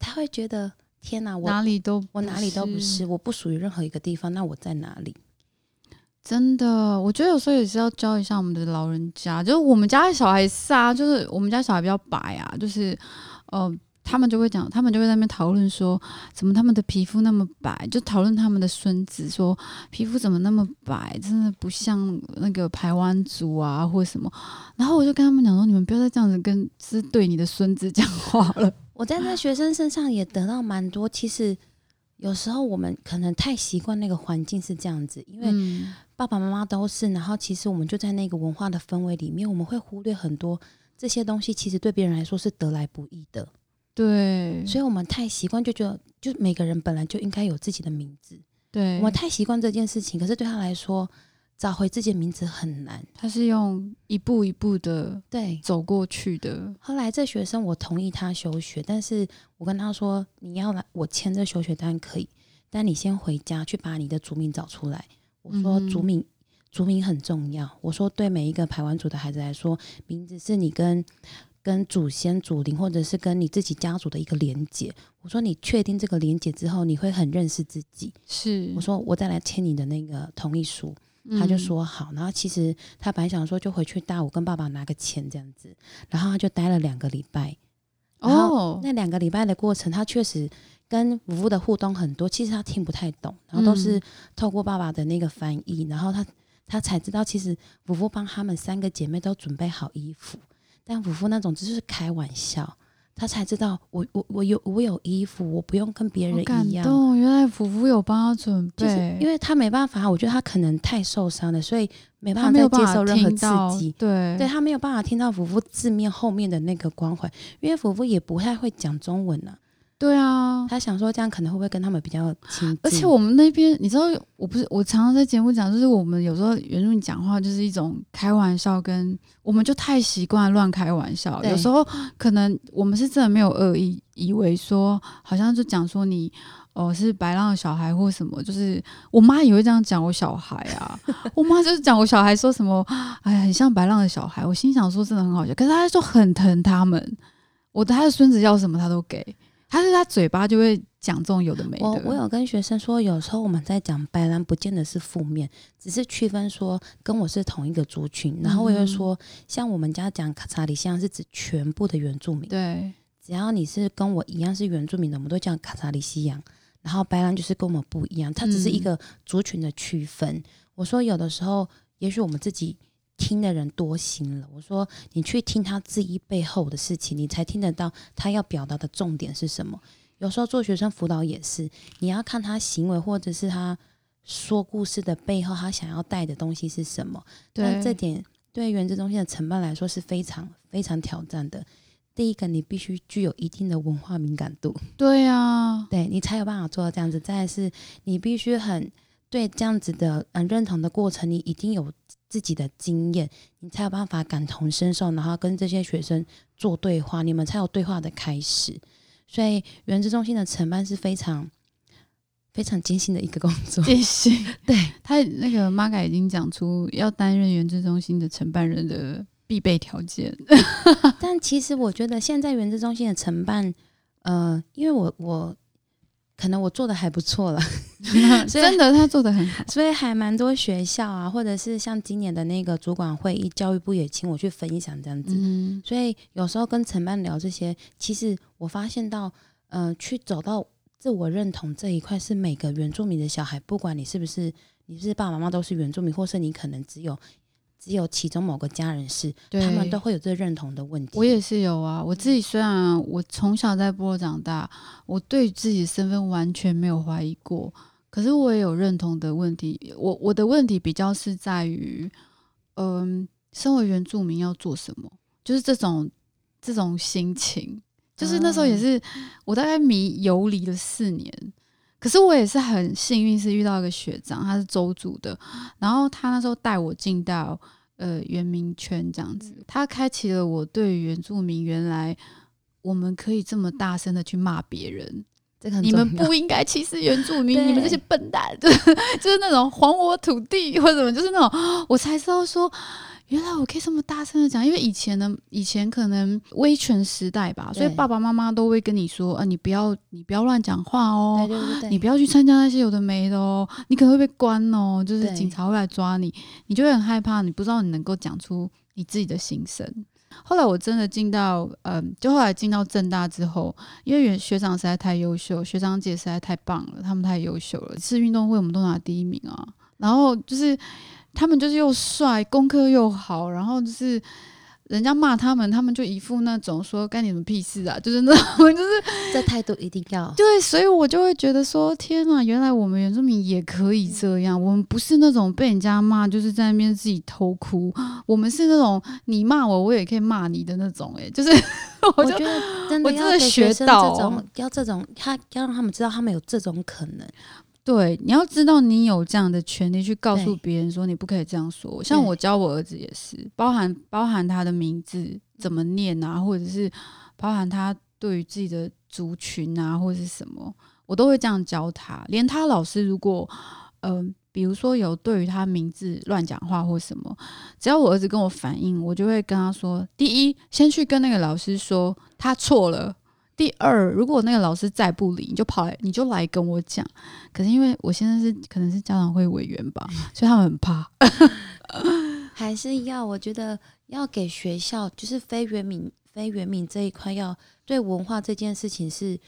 A: 他会觉得天哪，我
B: 哪里都
A: 我哪里都不是，，我不属于任何一个地方，那我在哪里？
B: 真的，我觉得有时候也是要教一下我们的老人家，就是我们家的小孩是啊，就是我们家小孩比较白啊，就是呃，他们就会讲，他们就会在那边讨论说，怎么他们的皮肤那么白，就讨论他们的孙子说皮肤怎么那么白，真的不像那个台湾族啊或什么。然后我就跟他们讲说，你们不要再这样子跟是对你的孙子讲话 了。
A: 我在这学生身上也得到蛮多。其实有时候我们可能太习惯那个环境是这样子，因为
B: 嗯，
A: 爸爸妈妈都是，然后其实我们就在那个文化的氛围里面，我们会忽略很多这些东西，其实对别人来说是得来不易的，
B: 对，
A: 所以我们太习惯就觉得，就每个人本来就应该有自己的名字，
B: 对，
A: 我们太习惯这件事情，可是对他来说，找回自己的名字很难。
B: 他是用一步一步的
A: 对，
B: 走过去的。
A: 后来这学生我同意他休学，但是我跟他说，你要来，我签这休学单可以，但你先回家去把你的族名找出来。我说
B: 嗯哼
A: 族名，族名很重要。我说对每一个排湾族的孩子来说，名字是你跟跟祖先、祖灵，或者是跟你自己家族的一个连结。我说你确定这个连结之后，你会很认识自己。
B: 是，
A: 我说我再来签你的那个同意书。他就
B: 嗯
A: 说好，然后其实他本来想说就回去大武跟爸爸拿个钱这样子，然后他就待了两个礼拜。然后
B: 哦，
A: 那两个礼拜的过程，他确实跟服务的互动很多，其实他听不太懂，然后都是
B: 嗯
A: 透过爸爸的那个翻译，然后他他才知道，其实夫妇帮他们三个姐妹都准备好衣服，但夫妇那种只是开玩笑，他才知道我我我有我有衣服，我不用跟别人
B: 好感
A: 一样。
B: 动，原来福福有帮他准备，
A: 就是因为他没办法，我觉得他可能太受伤了，所以没
B: 他
A: 办
B: 没
A: 法再
B: 有
A: 接
B: 办法
A: 受任何
B: 听到
A: 刺激。
B: 对
A: 对他没有办法听到福福字面后面的那个关怀，因为福福也不太会讲中文啊。
B: 对啊，
A: 他想说这样可能会不会跟他们比较亲近？
B: 而且我们那边，你知道，我不是我常常在节目讲，就是我们有时候原住民讲话就是一种开玩笑跟，我们就太习惯乱开玩笑，
A: 对
B: 有时候可能我们是真的没有恶意，以为说好像就讲说你哦是白浪的小孩或什么，就是我妈也会这样讲我小孩啊， 我妈就是讲我小孩说什么，哎呀很像白浪的小孩，我心想说真的很好笑，可是她就很疼他们，我的她的孙子要什么她都给。她是她嘴巴就会讲这种有的没的。
A: 我我有跟学生说，有时候我们在讲白兰，不见得是负面，只是区分说跟我是同一个族群。然后
B: 嗯
A: 我也会说，像我们家讲卡查里乡是指全部的原住民，
B: 对，
A: 只要你是跟我一样是原住民的，我们都叫卡查里西洋。然后白兰就是跟我们不一样，它只是一
B: 嗯
A: 个族群的区分。我说有的时候，也许我们自己听的人多心了。我说你去听他自己背后的事情，你才听得到他要表达的重点是什么。有时候做学生辅导也是，你要看他行为或者是他说故事的背后，他想要带的东西是什么。
B: 对，
A: 但这点对原子中心的承办来说是非常非常挑战的。第一个，你必须具有一定的文化敏感度，
B: 对啊，
A: 对你才有办法做到这样子。再来是，你必须很对这样子的嗯认同的过程，你一定有自己的经验，你才有办法感同身受，然后跟这些学生做对话，你们才有对话的开始。所以，原子中心的承办是非常非常艰辛的一个工作。
B: 也行。
A: 对，
B: 他那个 m a g 已经讲出要担任原知中心的承办人的必备条件。
A: 但其实我觉得现在原子中心的承办，呃，因为我我可能我做的还不错了， 所以
B: 真的，他做的很 好。
A: 所以还蛮多学校啊，或者是像今年的那个主管会议，教育部也请我去分享这样子。
B: 嗯，
A: 所以有时候跟承办聊这些，其实我发现到，呃，去走到自我认同这一块，是每个原住民的小孩，不管你是不是你是爸爸妈妈都是原住民，或是你可能只有只有其中某个家人是，
B: 对，
A: 他们都会有这认同的问题。
B: 我也是有啊，我自己虽然我从小在部落长大，我对自己的身份完全没有怀疑过，可是我也有认同的问题。我我的问题比较是在于，嗯、身为原住民要做什么，就是这种这种心情。就是那时候也是、我大概迷游离了四年，可是我也是很幸运，是遇到一个学长，他是周族的，然后他那时候带我进到呃原民圈这样子，他开启了我对于原住民原来我们可以这么大声的去骂别人，
A: 这个很
B: 你们
A: 重要
B: 不应该歧视原住民，
A: 对
B: 你们这些笨蛋，就是就是那种还我土地或者什么，就是那种我才知道说。原来我可以这么大声的讲，因为以前呢，以前可能威权时代吧，所以
A: 对
B: 爸爸妈妈都会跟你说，啊，你不要，你不要乱讲话哦，
A: 对对对对，
B: 你不要去参加那些有的没的哦，你可能会被关哦，就是
A: 对
B: 警察会来抓你，你就会很害怕，你不知道你能够讲出你自己的心声。后来我真的进到，嗯，就后来进到正大之后，因为原学长实在太优秀，学长姐实在太棒了，他们太优秀了，次运动会我们都拿第一名啊。然后就是他们就是又帅，功课又好，然后就是人家骂他们，他们就一副那种说干你什么屁事啊，就是那种 就是
A: 这态度一定要。
B: 对，所以我就会觉得说，天啊，原来我们原住民也可以这样，我们不是那种被人家骂就是在那边自己偷哭，我们是那种你骂我，我也可以骂你的那种、欸，哎，就是
A: 我
B: 我就
A: 觉得真
B: 我
A: 的
B: 真
A: 要
B: 的
A: 给
B: 学
A: 学哦生
B: 到
A: 这种，要这种，他要让他们知道他们有这种可能。
B: 对，你要知道你有这样的权利去告诉
A: 对
B: 别人说你不可以这样说。像我教我儿子也是，包含包含他的名字怎么念啊，或者是包含他对于自己的族群啊，或者是什么，我都会这样教他。连他老师如果嗯、呃比如说有对于他名字乱讲话或什么，只要我儿子跟我反映，我就会跟他说：第一，先去跟那个老师说他错了。第二，如果那个老师再不理，你就跑来，你就来跟我讲。可是因为我现在是可能是家长会委员吧，所以他们很怕。
A: 还是要，我觉得要给学校，就是非原民、非原民这一块，要对文化这件事情是，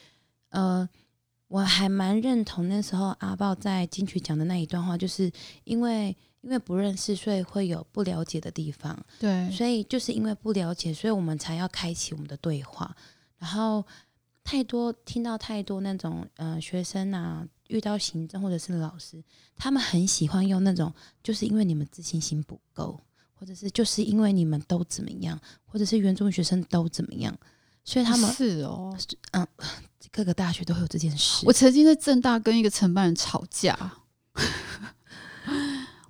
A: 呃，我还蛮认同那时候阿豹在金曲奖的那一段话，就是因为因为不认识，所以会有不了解的地方。
B: 对
A: 所以就是因为不了解，所以我们才要开启我们的对话。然后太多听到太多那种呃学生啊，遇到行政或者是老师，他们很喜欢用那种，就是因为你们自信心不够，或者是就是因为你们都怎么样，或者是原住民学生都怎么样，所以他们
B: 是哦，
A: 嗯，各个大学都会有这件事。
B: 我曾经在正大跟一个承办人吵架，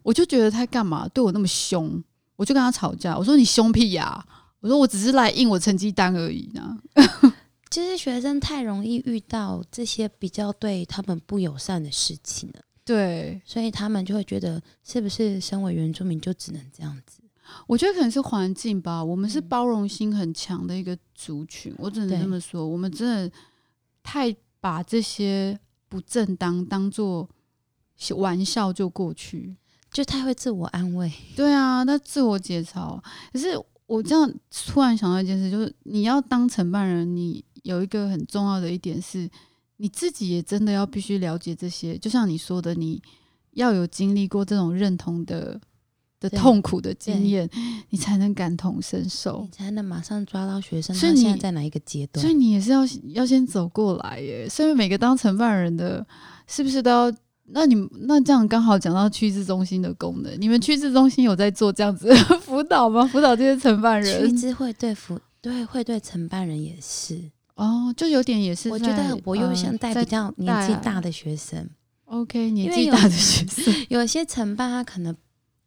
B: 我就觉得他干嘛对我那么凶，我就跟他吵架，我说你凶屁呀、我说我只是来印我成绩单而已呢。
A: 其实学生太容易遇到这些比较对他们不友善的事情了，
B: 对，
A: 所以他们就会觉得，是不是身为原住民就只能这样子？
B: 我觉得可能是环境吧，我们是
A: 嗯
B: 包容心很强的一个族群，我只能
A: 对
B: 这么说，我们真的太把这些不正当当做玩笑就过去。
A: 就太会自我安慰。
B: 对啊，那自我解嘲。可是我这样突然想到一件事，就是你要当承办人，你有一个很重要的一点是，你自己也真的要必须了解这些。就像你说的，你要有经历过这种认同的的
A: 对
B: 痛苦的经
A: 对
B: 验，你才能感同身受
A: 你。才能马上抓到学生
B: 哦所以
A: 他现在
B: 你
A: 在哪一个阶段
B: 所以。你也是要要先走过来耶。所以每个当承办人的，是不是都要？那你那这样刚好讲到区志中心的功能，你们区志中心有在做这样子的辅导吗？辅导这些承办
A: 区
B: 人
A: 知会对服对会对承办人也是，
B: 哦，就有点也是在。
A: 我觉得我又想带比
B: 呃在
A: 较年纪
B: 带
A: 大的学生，
B: OK 年
A: 为
B: 纪
A: 有
B: 大的学生，
A: 有些承办他可能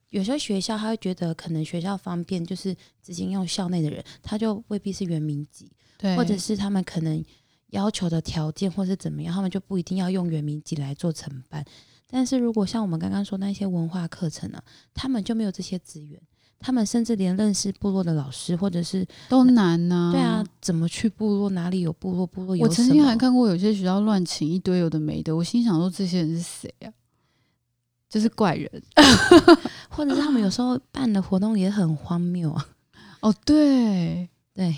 A: 有些学校他会觉得可能学校方便，就是直接用校内的人，他就未必是原民籍，
B: 对，
A: 或者是他们可能要求的条件或是怎么样，他们就不一定要用原民籍来做承办。但是如果像我们刚刚说那些文化课程啊，他们就没有这些资源，他们甚至连认识部落的老师，或者是
B: 都难呐、
A: 对啊，，怎么去部落，哪里有部落，部落有
B: 哦我
A: 什
B: 曾
A: 么？
B: 经还看过有些学校乱请一堆有的没的，我心想说这些人是谁啊？就是怪人
A: 或者是他们有时候办的活动也很荒谬啊。
B: 哦，对，
A: 对，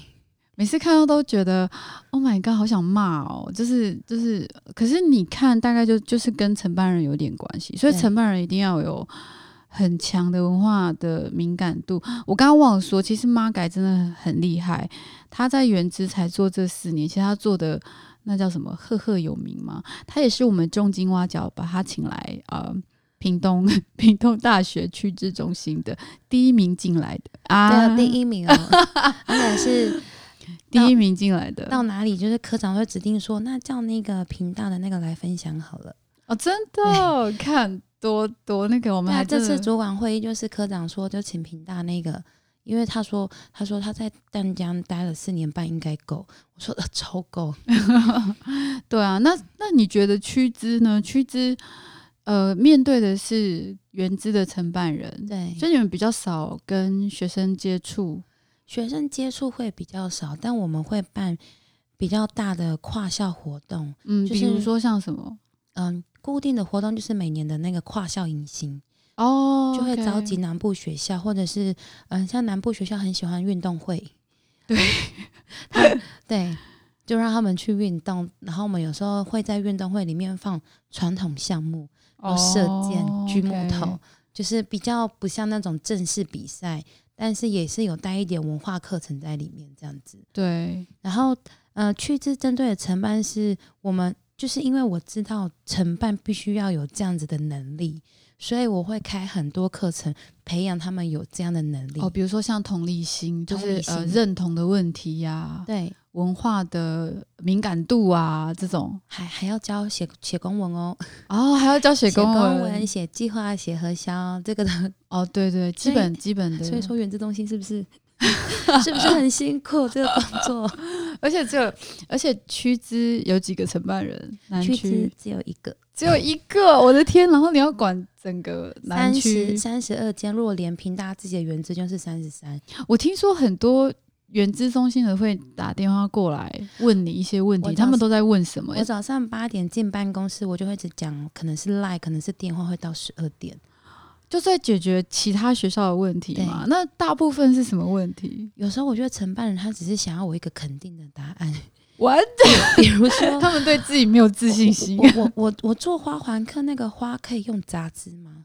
B: 每次看到都觉得，Oh my god，好想骂哦！就是就是，可是你看，大概就就是跟承办人有点关系，所以
A: 对
B: 承办人一定要有很强的文化的敏感度。我刚刚忘了说，其实妈改真的很很厉害，她在原资才做这四年，其实她做的那叫什么赫赫有名嘛，她也是我们重金挖角把她请来呃。屏东 屏东大学区志中心的第一名进来的啊，
A: 对啊，第一名哦， 而且是
B: 第一名进来的，
A: 到哪里就是科长会指定说，那叫那个频道的那个来分享好了。
B: 哦，真的 哦看多多那个，我们
A: 对啊，
B: 还
A: 这
B: 真的
A: 次主管会议就是科长说，就请平大那个，因为他说他说他在淡江待了四年半，应该够。我说的超够，
B: 对啊，那那你觉得屈资呢？屈资呃，面对的是原资的承办人，
A: 对，
B: 所以你们比较少跟学生接触。
A: 学生接触会比较少，但我们会办比较大的跨校活动，
B: 嗯，
A: 就
B: 比如
A: 是
B: 说像什么
A: 嗯，固定的活动就是每年的那个跨校迎新，
B: 哦，
A: 就会
B: OK
A: 召集南部学校，或者是嗯，像南部学校很喜欢运动会，
B: 对，
A: 他对，就让他们去运动，然后我们有时候会在运动会里面放传统项目，然后射箭、
B: 哦
A: 锯木头
B: OK
A: 就是比较不像那种正式比赛，但是也是有带一点文化课程在里面这样子。
B: 对，
A: 然后呃，去制针对的承办是我们，就是因为我知道承办必须要有这样子的能力，所以我会开很多课程培养他们有这样的能力。
B: 哦，比如说像同理心，就
A: 同理
B: 是呃
A: 心
B: 认同的问题呀、
A: 对，
B: 文化的敏感度啊这种。
A: 还还要教写写公文哦，
B: 哦，还要教写
A: 写
B: 公文，
A: 文、写计划、写核销，这个的。
B: 哦，对对，基
A: 所以
B: 本基本 的。
A: 所以说，原子中心是不 是是不是很辛苦这个工作？
B: 而且只有，而且区资有几个承办人？南
A: 去
B: 区
A: 只只有一个，
B: 只有一个，我的天！然后你要管整个南
A: 三
B: 区
A: 十，三十二间，如果连平大自己的原子就是三十三。
B: 我听说很多原资中心的会打电话过来问你一些问
A: 我
B: 题，
A: 知
B: 他
A: 道
B: 们都在问什么？
A: 我早上八点进办公室，我就会只讲，可能是赖，可能是电话，会到十二点。
B: 就在解决其他学校的问题嘛。那大部分是什么问题？
A: 有时候我觉得承办人他只是想要我一个肯定的答案，
B: 完，
A: 比如说
B: 他们对自己没有自信心
A: 我。我我我做花环课那个花可以用杂枝吗？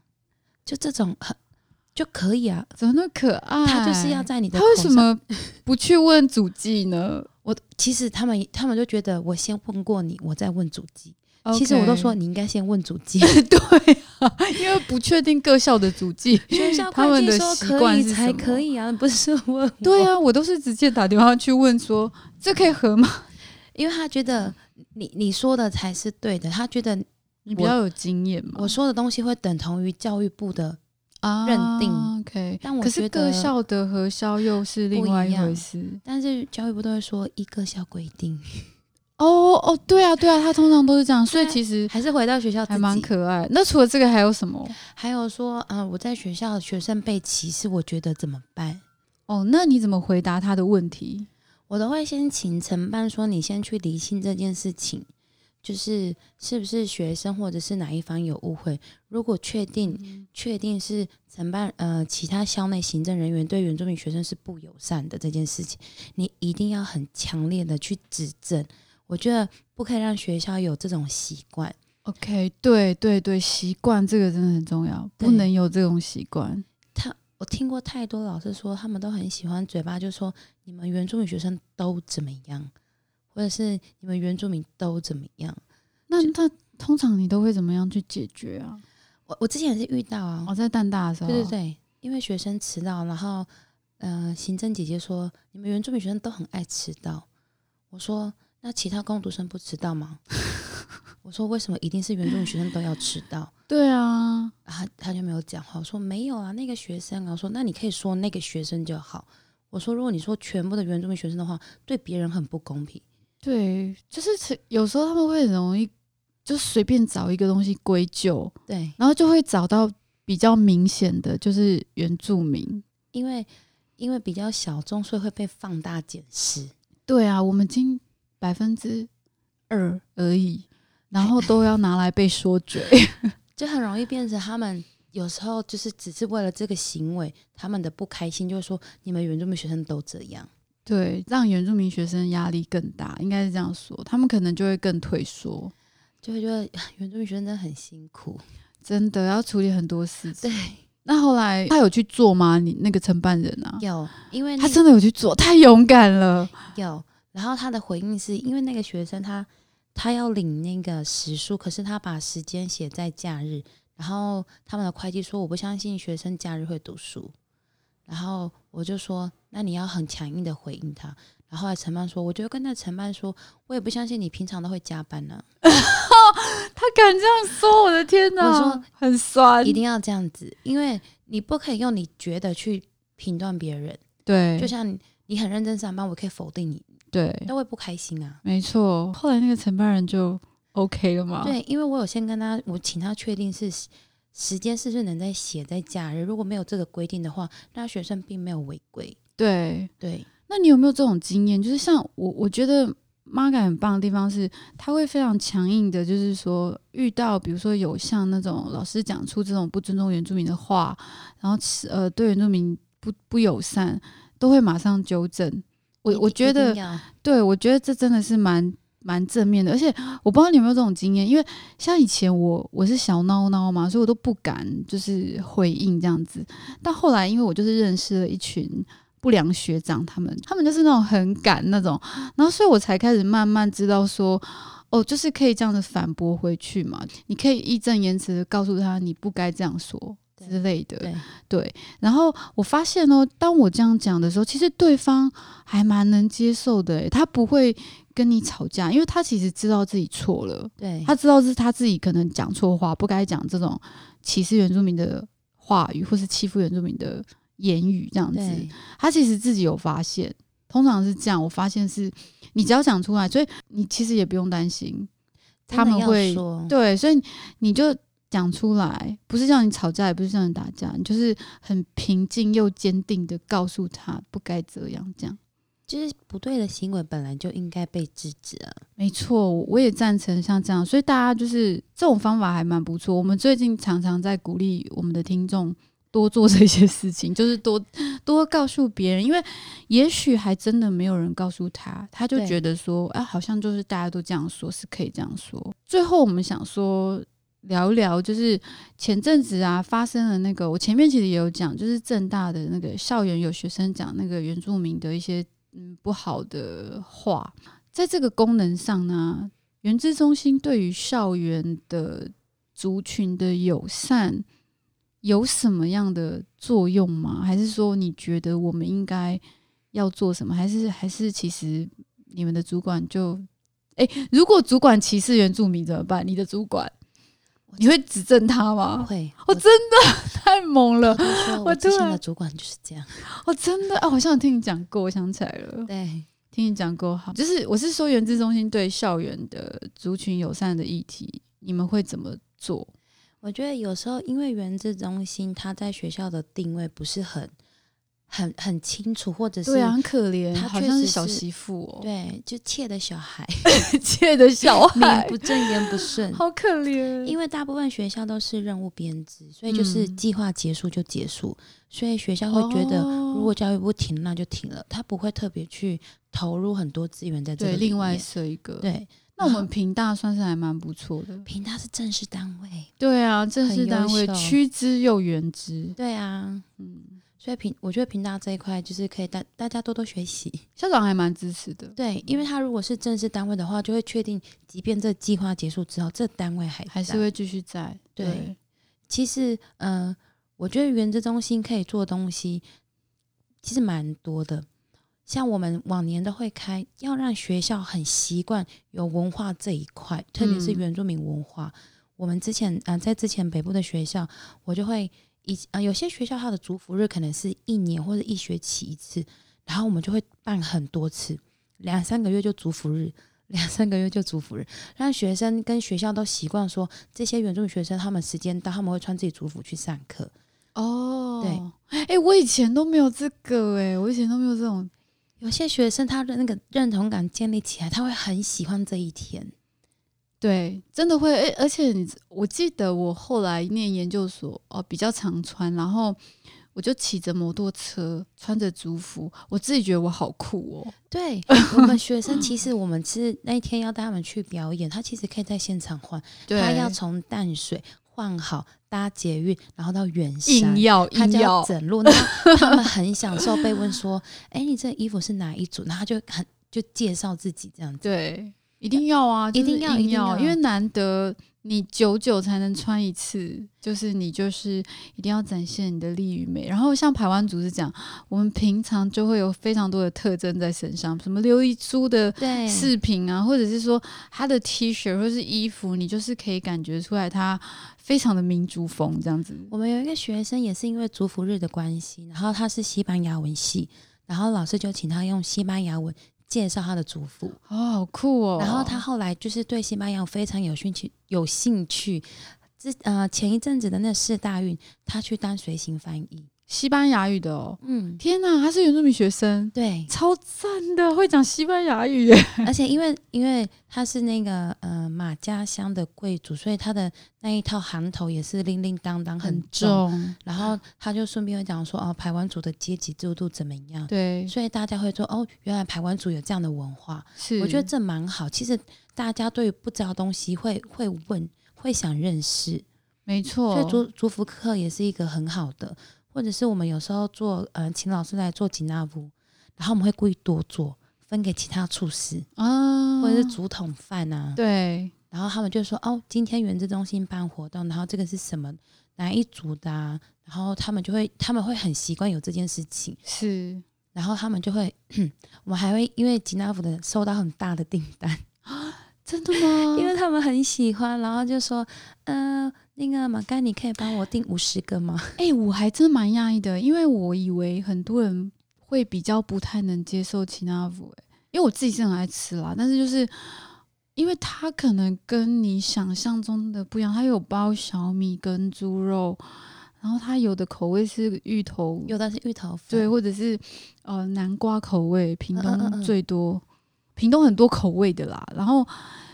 A: 就这种很就可以啊，
B: 怎么那么可爱？
A: 他就是要在你的
B: 哎他为
A: 口
B: 什
A: 上？
B: 么不去问主计呢？
A: 我其实他们他们就觉得我先问过你，我再问主机。 其实我都
B: OK
A: 说你应该先问主机。
B: 对啊，因为不确定各校的足 迹。
A: 学校
B: 他
A: 会
B: 们
A: 计
B: 的
A: 说
B: 习惯
A: 可以
B: 是
A: 才
B: 什么
A: 可以啊，不是问我。
B: 对啊，我都是直接打电话去问说这可以合吗？
A: 因为他觉得你你说的才是对的，他觉得
B: 嗯你比较有经验嘛？
A: 我说的东西会等同于教育部的，
B: 啊
A: 认定
B: OK，
A: 但我
B: 可是
A: 觉
B: 各
A: 得
B: 校的核销又是另
A: 不一
B: 外一
A: 样
B: 回事。
A: 但是教育部都会说一个小规定，
B: 哦哦，对啊对啊，他通常都是这样，所以
A: 对啊
B: 其实
A: 还是回到学校自
B: 还蛮
A: 己。
B: 可爱。那除了这个还有什么？
A: 还有说，啊、我在学校学生被歧视，我觉得怎么办？
B: 哦，那你怎么回答他的问题？
A: 我都会先请承办说，你先去理清这件事情，就是是不是学生或者是哪一方有误会。如果确定确定是承办呃其他校内行政人员对原住民学生是不友善的这件事情，你一定要很强烈的去指正。我觉得不可以让学校有这种习惯。
B: OK，对对对，习惯这个真的很重要，不
A: 对
B: 能有这种习惯。
A: 他我听过太多老师说，他们都很喜欢嘴巴就说你们原住民学生都怎么样，或者是你们原住民都怎么样。
B: 那那通常你都会怎么样去解决啊？
A: 我我之前也是遇到啊，
B: 哦，在蛋大的时候，
A: 对对对，因为学生迟到，然后呃，行政姐姐说你们原住民学生都很爱迟到。我说那其他工读生不迟到吗？我说为什么一定是原住民学生都要迟到？
B: 对啊，
A: 然后他他就没有讲话。我说没有啊，那个学生啊。我说那你可以说那个学生就好。我说如果你说全部的原住民学生的话，对别人很不公平。
B: 对，就是其有时候他们会很容易就随便找一个东西归咎，
A: 对，
B: 然后就会找到比较明显的，就是原住民。
A: 因为因为比较小众，所以会被放大检视。
B: 对啊，我们今百分之二而已，然后都要拿来被说嘴。
A: 就很容易变成他们有时候就是只是为了这个行为，他们的不开心，就是说你们原住民学生都这样。
B: 对，让原住民学生压力更大，应该是这样说，他们可能就会更退缩。
A: 就会觉得啊原住民学生真的很辛苦，
B: 真的要处理很多事情。
A: 对，
B: 那后来他有去做吗？你那个承办人啊，
A: 有，因为那
B: 他
A: 个
B: 真的有去做，太勇敢了。
A: 有。然后他的回应是因为那个学生他他要领那个时数，可是他把时间写在假日，然后他们的会计说我不相信学生假日会读书，然后我就说那你要很强硬的回应他。然后后来承办说，我就跟那承办说，我也不相信你平常都会加班呢、
B: 他敢这样说，我的天哪！
A: 我说
B: 很酸，
A: 一定要这样子，因为你不可以用你觉得去评断别人。
B: 对，
A: 就像你很认真上班，我可以否定你，
B: 对，
A: 那我也不开心啊。
B: 没错。后来那个承办人就 OK 了嘛？，
A: 对，因为我有先跟他，我请他确定是时时间是不是能在写在假日，如果没有这个规定的话，那学生并没有违规。
B: 对。
A: 对，
B: 那你有没有这种经验？就是像我，我觉得妈感很棒的地方是，他会非常强硬的，就是说遇到比如说有像那种老师讲出这种不尊重原住民的话，然后其呃对原住民不不友善，都会马上纠正。
A: 一
B: 我我
A: 定
B: 觉
A: 一定
B: 得呃
A: 要
B: 对，我觉得这真的是蛮蛮正面的，而且我不知道你有没有这种经验，因为像以前我我是小孬孬嘛，所以我都不敢就是回应这样子。但后来因为我就是认识了一群不良学长，他们他们就是那种很敢那种，然后所以我才开始慢慢知道说。哦，就是可以这样子反驳回去嘛？你可以义正言辞的告诉他你不该这样说
A: 对
B: 之类的。
A: 对
B: 对，然后我发现哦，当我这样讲的时候，其实对方还蛮能接受的诶，他不会跟你吵架，因为他其实知道自己错了，
A: 对，
B: 他知道是他自己可能讲错话，不该讲这种歧视原住民的话语，或是欺负原住民的言语这样子。
A: 对
B: 他其实自己有发现，通常是这样。我发现是你只要讲出来，所以你其实也不用担心
A: 真
B: 他
A: 的
B: 们
A: 要
B: 会
A: 说
B: 对，所以你就讲出来，不是叫你吵架，也不是叫你打架，你就是很平静又坚定的告诉他不该这样。这样
A: 就是不对的行为本来就应该被制止啊。
B: 没错，我我也赞成像这样，所以大家就是这种方法还蛮不错。我们最近常常在鼓励我们的听众。多做这些事情，就是多多告诉别人，因为也许还真的没有人告诉他，他就
A: 对
B: 觉得说，啊，好像就是大家都这样说，是可以这样说。最后我们想说聊一聊，就是前阵子啊发生了那个，我前面其实也有讲，就是正大的那个校园有学生讲那个原住民的一些嗯不好的话，在这个功能上呢，原知中心对于校园的族群的友善有什么样的作用吗？还是说你觉得我们应该要做什么？还是还是其实你们的主管就哎、如果主管歧视原住民怎么办？你的主管，你会指正他吗？
A: 会，
B: 哦，真的太猛了！
A: 跟你说，
B: 我
A: 我之
B: 突
A: 前
B: 然
A: 的主管就是这 样。
B: 哦，真的啊，我好像有听你讲过，我想起来了，
A: 对，
B: 听你讲过，好，就是我是说，原子中心对校园的族群友善的议题，你们会怎么做？
A: 我觉得有时候因为原子中心它在学校的定位不是很、很、很清楚，或者是
B: 对啊，很可怜，
A: 他
B: 好
A: 确
B: 像是
A: 实
B: 小
A: 是
B: 媳妇哦，
A: 对就怯的小 孩，
B: 切的小
A: 名
B: 孩，
A: 不正言不顺。
B: 好可怜。
A: 因为大部分学校都是任务编制，所以就是
B: 嗯
A: 计划结束就结束，所以学校会觉得
B: 哦
A: 如果教育部停，那就停了，他不会特别去投入很多资源在这个
B: 对
A: 里
B: 另外
A: 面
B: 设一个，，
A: 对，
B: 那我们平大算是还蛮不错的。
A: 平大是正式单位，
B: 对啊，正
A: 很
B: 式
A: 优
B: 单位
A: 秀
B: 区之又原之，
A: 对啊，
B: 嗯，
A: 所以平我觉得平大这一块就是可以大大家多多学习，
B: 校长还蛮支持的，
A: 对，因为他如果是正式单位的话，就会确定，即便这计划结束之后，这单位还
B: 还是
A: 在
B: 会继续在。
A: 对其实，呃，我觉得原子中心可以做的东西其实蛮多的，像我们往年都会开，要让学校很习惯有文化这一块，特别是
B: 嗯
A: 原住民文化。我们之前，呃，在之前北部的学校，我就会以呃有些学校它的族服日可能是一年或者一学期一次，然后我们就会办很多次，两三个月就族服日。两三个月就族服日，让学生跟学校都习惯说，这些原住民学生他们时间到，他们会穿自己族服去上课。
B: 哦，对，哎、我以前都没有这个、哎，我以前都没有这种，
A: 有些学生他的那个认同感建立起来，他会很喜欢这一天。
B: 对，真的会，哎、而且你，我记得我后来念研究所，哦，比较常穿，然后我就骑着摩托车，穿着族服，我自己觉得我好酷哦，
A: 对我们学生，其实我们是那一天要带他们去表演，他其实可以在现场换，
B: 对，
A: 他要从淡水换好搭捷运，然后到远山
B: 硬。要
A: 他
B: 硬
A: 就要
B: 要，
A: 整路，那他们很享受被问说：“哎、你这衣服是哪一组？”然后他就很就介绍自己这样子。
B: 对，一定要啊，
A: 一定
B: 就是
A: 要一
B: 硬
A: 定要
B: 因为难得你久久才能穿一次，就是你就是一定要展现你的力与美。然后像台湾族是讲，我们平常就会有非常多的特征在身上，什么琉璃珠的。
A: 对，
B: 饰品啊，或者是说他的 T 恤或是衣服，你就是可以感觉出来他非常的民族风这样子。
A: 我们有一个学生也是因为族服日的关系，然后他是西班牙文系，然后老师就请他用西班牙文介绍他的族服，
B: 哦，好酷哦！
A: 然后他后来就是对西班牙文非常有兴趣，有兴趣。之呃前一阵子的那四大运，他去当随行翻译，
B: 西班牙语的哦，
A: 嗯，
B: 天哪，他是原住民学生，，
A: 对
B: 超赞的，会讲西班牙语耶！
A: 而且因为因为他是那个呃马家乡的贵族，所以他的那一套行头也是叮叮当当很重，
B: 重，
A: 然后他就顺便会讲说哦，排湾族的阶级制度怎么样，
B: 对，
A: 所以大家会说哦，原来台湾族有这样的文化，
B: 是，
A: 我觉得这蛮好。其实大家对于不知道的东西会会问，会想认识，
B: 没错，
A: 所以族族服课也是一个很好的，或者是我们有时候做，呃，请老师来做吉纳布，然后我们会故意多做，分给其他厨师
B: 啊，
A: 或者是竹筒饭啊，
B: 对，
A: 然后他们就说哦，今天原子中心办活动，然后这个是什么哪一组的、啊，然后他们就会他们会很习惯有这件事情。
B: 是
A: 然后他们就会， 我们还会因为吉纳福的收到很大的订单，
B: 真的 吗？
A: 因为他们很喜欢，然后就说，呃，那个马干，你可以帮我订五十个吗？
B: 哎、我还真蛮讶异的，因为我以为很多人会比较不太能接受奇纳福、欸，因为我自己是很爱吃啦，但是就是。因为它可能跟你想象中的不一样，它有包小米跟猪肉，然后它有的口味是芋头，
A: 有的是芋头粉，
B: 对，或者是呃南瓜口味，屏
A: 嗯嗯嗯
B: 东
A: 嗯
B: 最多，屏东很多口味的啦。然后，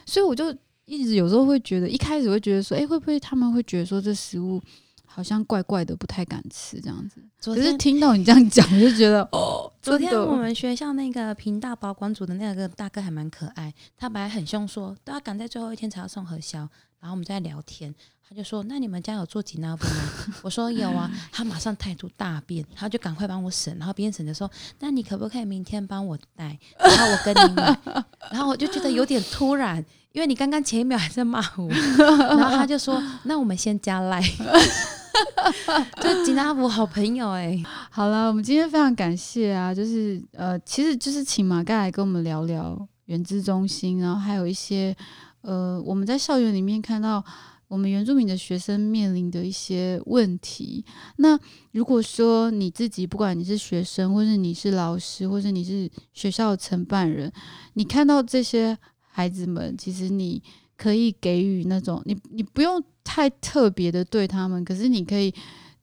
B: 所以我就一直有时候会觉得，一开始会觉得说，哎、会不会他们会觉得说这食物好像怪怪的，不太敢吃这样子？
A: 昨
B: 可是
A: 天
B: 听到你这样讲，我就觉得哦，
A: 昨
B: 真
A: 天
B: 的
A: 我们学校那个平大保管组的那个大哥还蛮可爱，他本来很凶说，都要赶在最后一天才要送核销，然后我们在聊天，他就说，那你们家有做吉纳布吗？ 我说有啊，他马上态度大变，他就赶快帮我审，然后边审的时候，那你可不可以明天帮我带，然后我跟你 买，然后我就觉得有点突然。因为你刚刚前一秒还在骂 我，然后他就说：“那我们先加赖， 就吉纳布好朋友哎、
B: 好了，我们今天非常感谢啊，就是呃，其实就是请马盖来跟我们聊聊原资中心，然后还有一些呃，我们在校园里面看到我们原住民的学生面临的一些问题。那如果说你自己，不管你是学生，或是你是老师，或是你是学校的承办人，你看到这些孩子们，其实你可以给予那种你你不用太特别的对他们，可是你可以。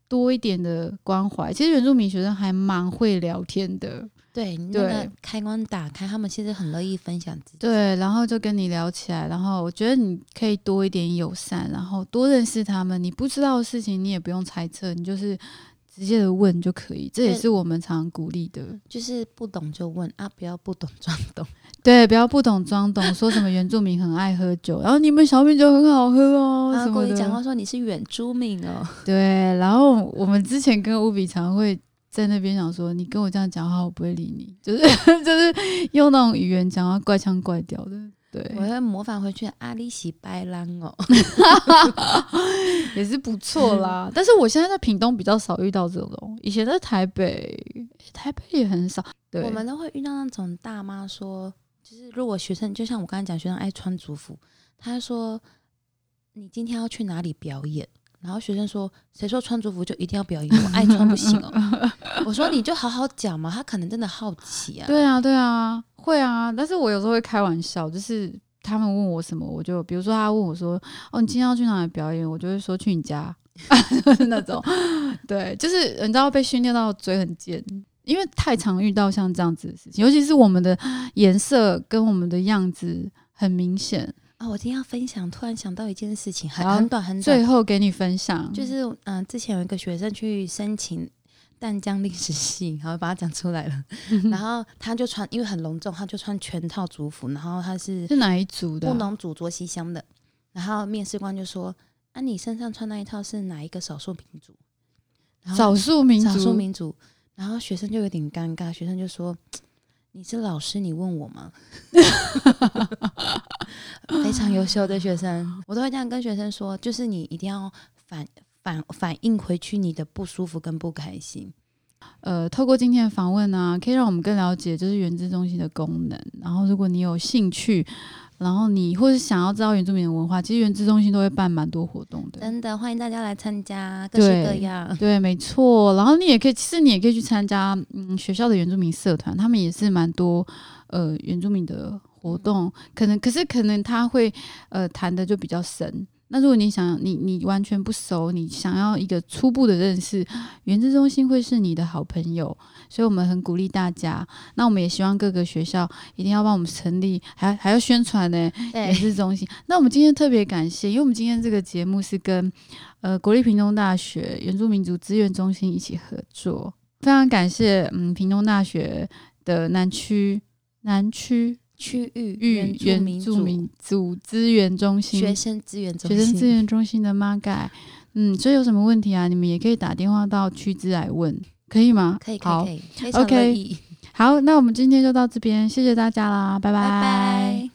B: 多一点的关怀，其实原住民学生还蛮会聊天的，
A: 对，那
B: 对
A: 个开关打开，他们其实很乐意分享自己。
B: 对，然后就跟你聊起来，然后我觉得你可以多一点友善，然后多认识他们，你不知道的事情你也不用猜测，你就是直接的问就可以，这也
A: 对
B: 是我们常鼓励的。
A: 就是不懂就问啊，不要不懂装 懂。
B: 对，不要不懂装懂，说什么原住民很爱喝酒，然后你们小米酒很好喝哦，
A: 他
B: 什么
A: 故
B: 的
A: 意讲话说啊你是远珠敏哦，
B: 对，然后我们之前跟乌比常会在那边想说，你跟我这样讲话，我不会理你，就是 就是用那种语言讲话，怪腔怪调的。
A: 我
B: 对，
A: 会模仿回去阿里喜白兰哦。
B: 也是不错 啦。但是我现在在屏东比较少遇到这种，以前在台北，台北也很少。对，
A: 我们都会遇到那种大妈说，就是如果学生就像我刚才讲，学生爱穿族服，她说你今天要去哪里表演？然后学生说：“谁说穿族服就一定要表演？我爱穿不 行哦。”我说：“你就好好讲嘛。”他可能真的好奇啊。
B: 对啊，对啊，会啊。但是我有时候会开玩笑，就是他们问我什么，我就比如说他问我说：“哦，你今天要去哪里表演？”我就会说去你家， 那种。对，就是你知道被训练到嘴很尖，因为太常遇到像这样子的事情，尤其是我们的颜色跟我们的样子很明显。
A: 啊、我今天要分享，突然想到一件事情，很
B: 好
A: 很短很短
B: 最，后给你分享，
A: 就是嗯、呃之前有一个学生去申请淡江历史系，好，我把它讲出 来了。然后他就穿，因为很隆重，他就穿全套族服，然后他是
B: 是哪一组的
A: 布
B: 啊、
A: 农族卓西乡的。然后面试官就说：“啊，你身上穿那一套是哪一个少数民族？”然后
B: 少数民
A: 少
B: 族，
A: 数民族。然后学生就有点尴尬，学生就说：“你是老师，你问我吗？” 非常优秀的学生，我都会这样跟学生说，就是你一定要反反反映回去你的不舒服跟不开心。
B: 呃，透过今天的访问呢、可以让我们更了解就是原子中心的功能。然后，如果你有兴趣，然后你或是想要知道原住民的文化，其实原子中心都会办蛮多活动的。
A: 真的，欢迎大家来参加，各式各
B: 对
A: 样。
B: 对，没错。然后你也可以，其实你也可以去参加，嗯，学校的原住民社团，他们也是蛮多呃原住民的活动。可能，可是可能他会呃谈的就比较深。那如果你想你你完全不熟，你想要一个初步的认识，原子中心会是你的好朋友，所以我们很鼓励大家。那我们也希望各个学校一定要帮我们成立，还还要宣传呢、也
A: 对，
B: 是中心。那我们今天特别感谢，因为我们今天这个节目是跟呃国立屏东大学原住民族资源中心一起合作，非常感谢嗯屏东大学的南区南区
A: 区域
B: 域原
A: 原
B: 住
A: 住民
B: 民族资源中
A: 族
B: 心
A: 学生资源中
B: 学
A: 心，
B: 生资源中心的 m a g a 嗯，所以有什么问题啊，你们也可以打电话到区资来问，可以吗？
A: 可以可以
B: 好
A: 可以，非常乐
B: OK，
A: 意，
B: 好，那我们今天就到这边，谢谢大家啦，
A: 拜拜。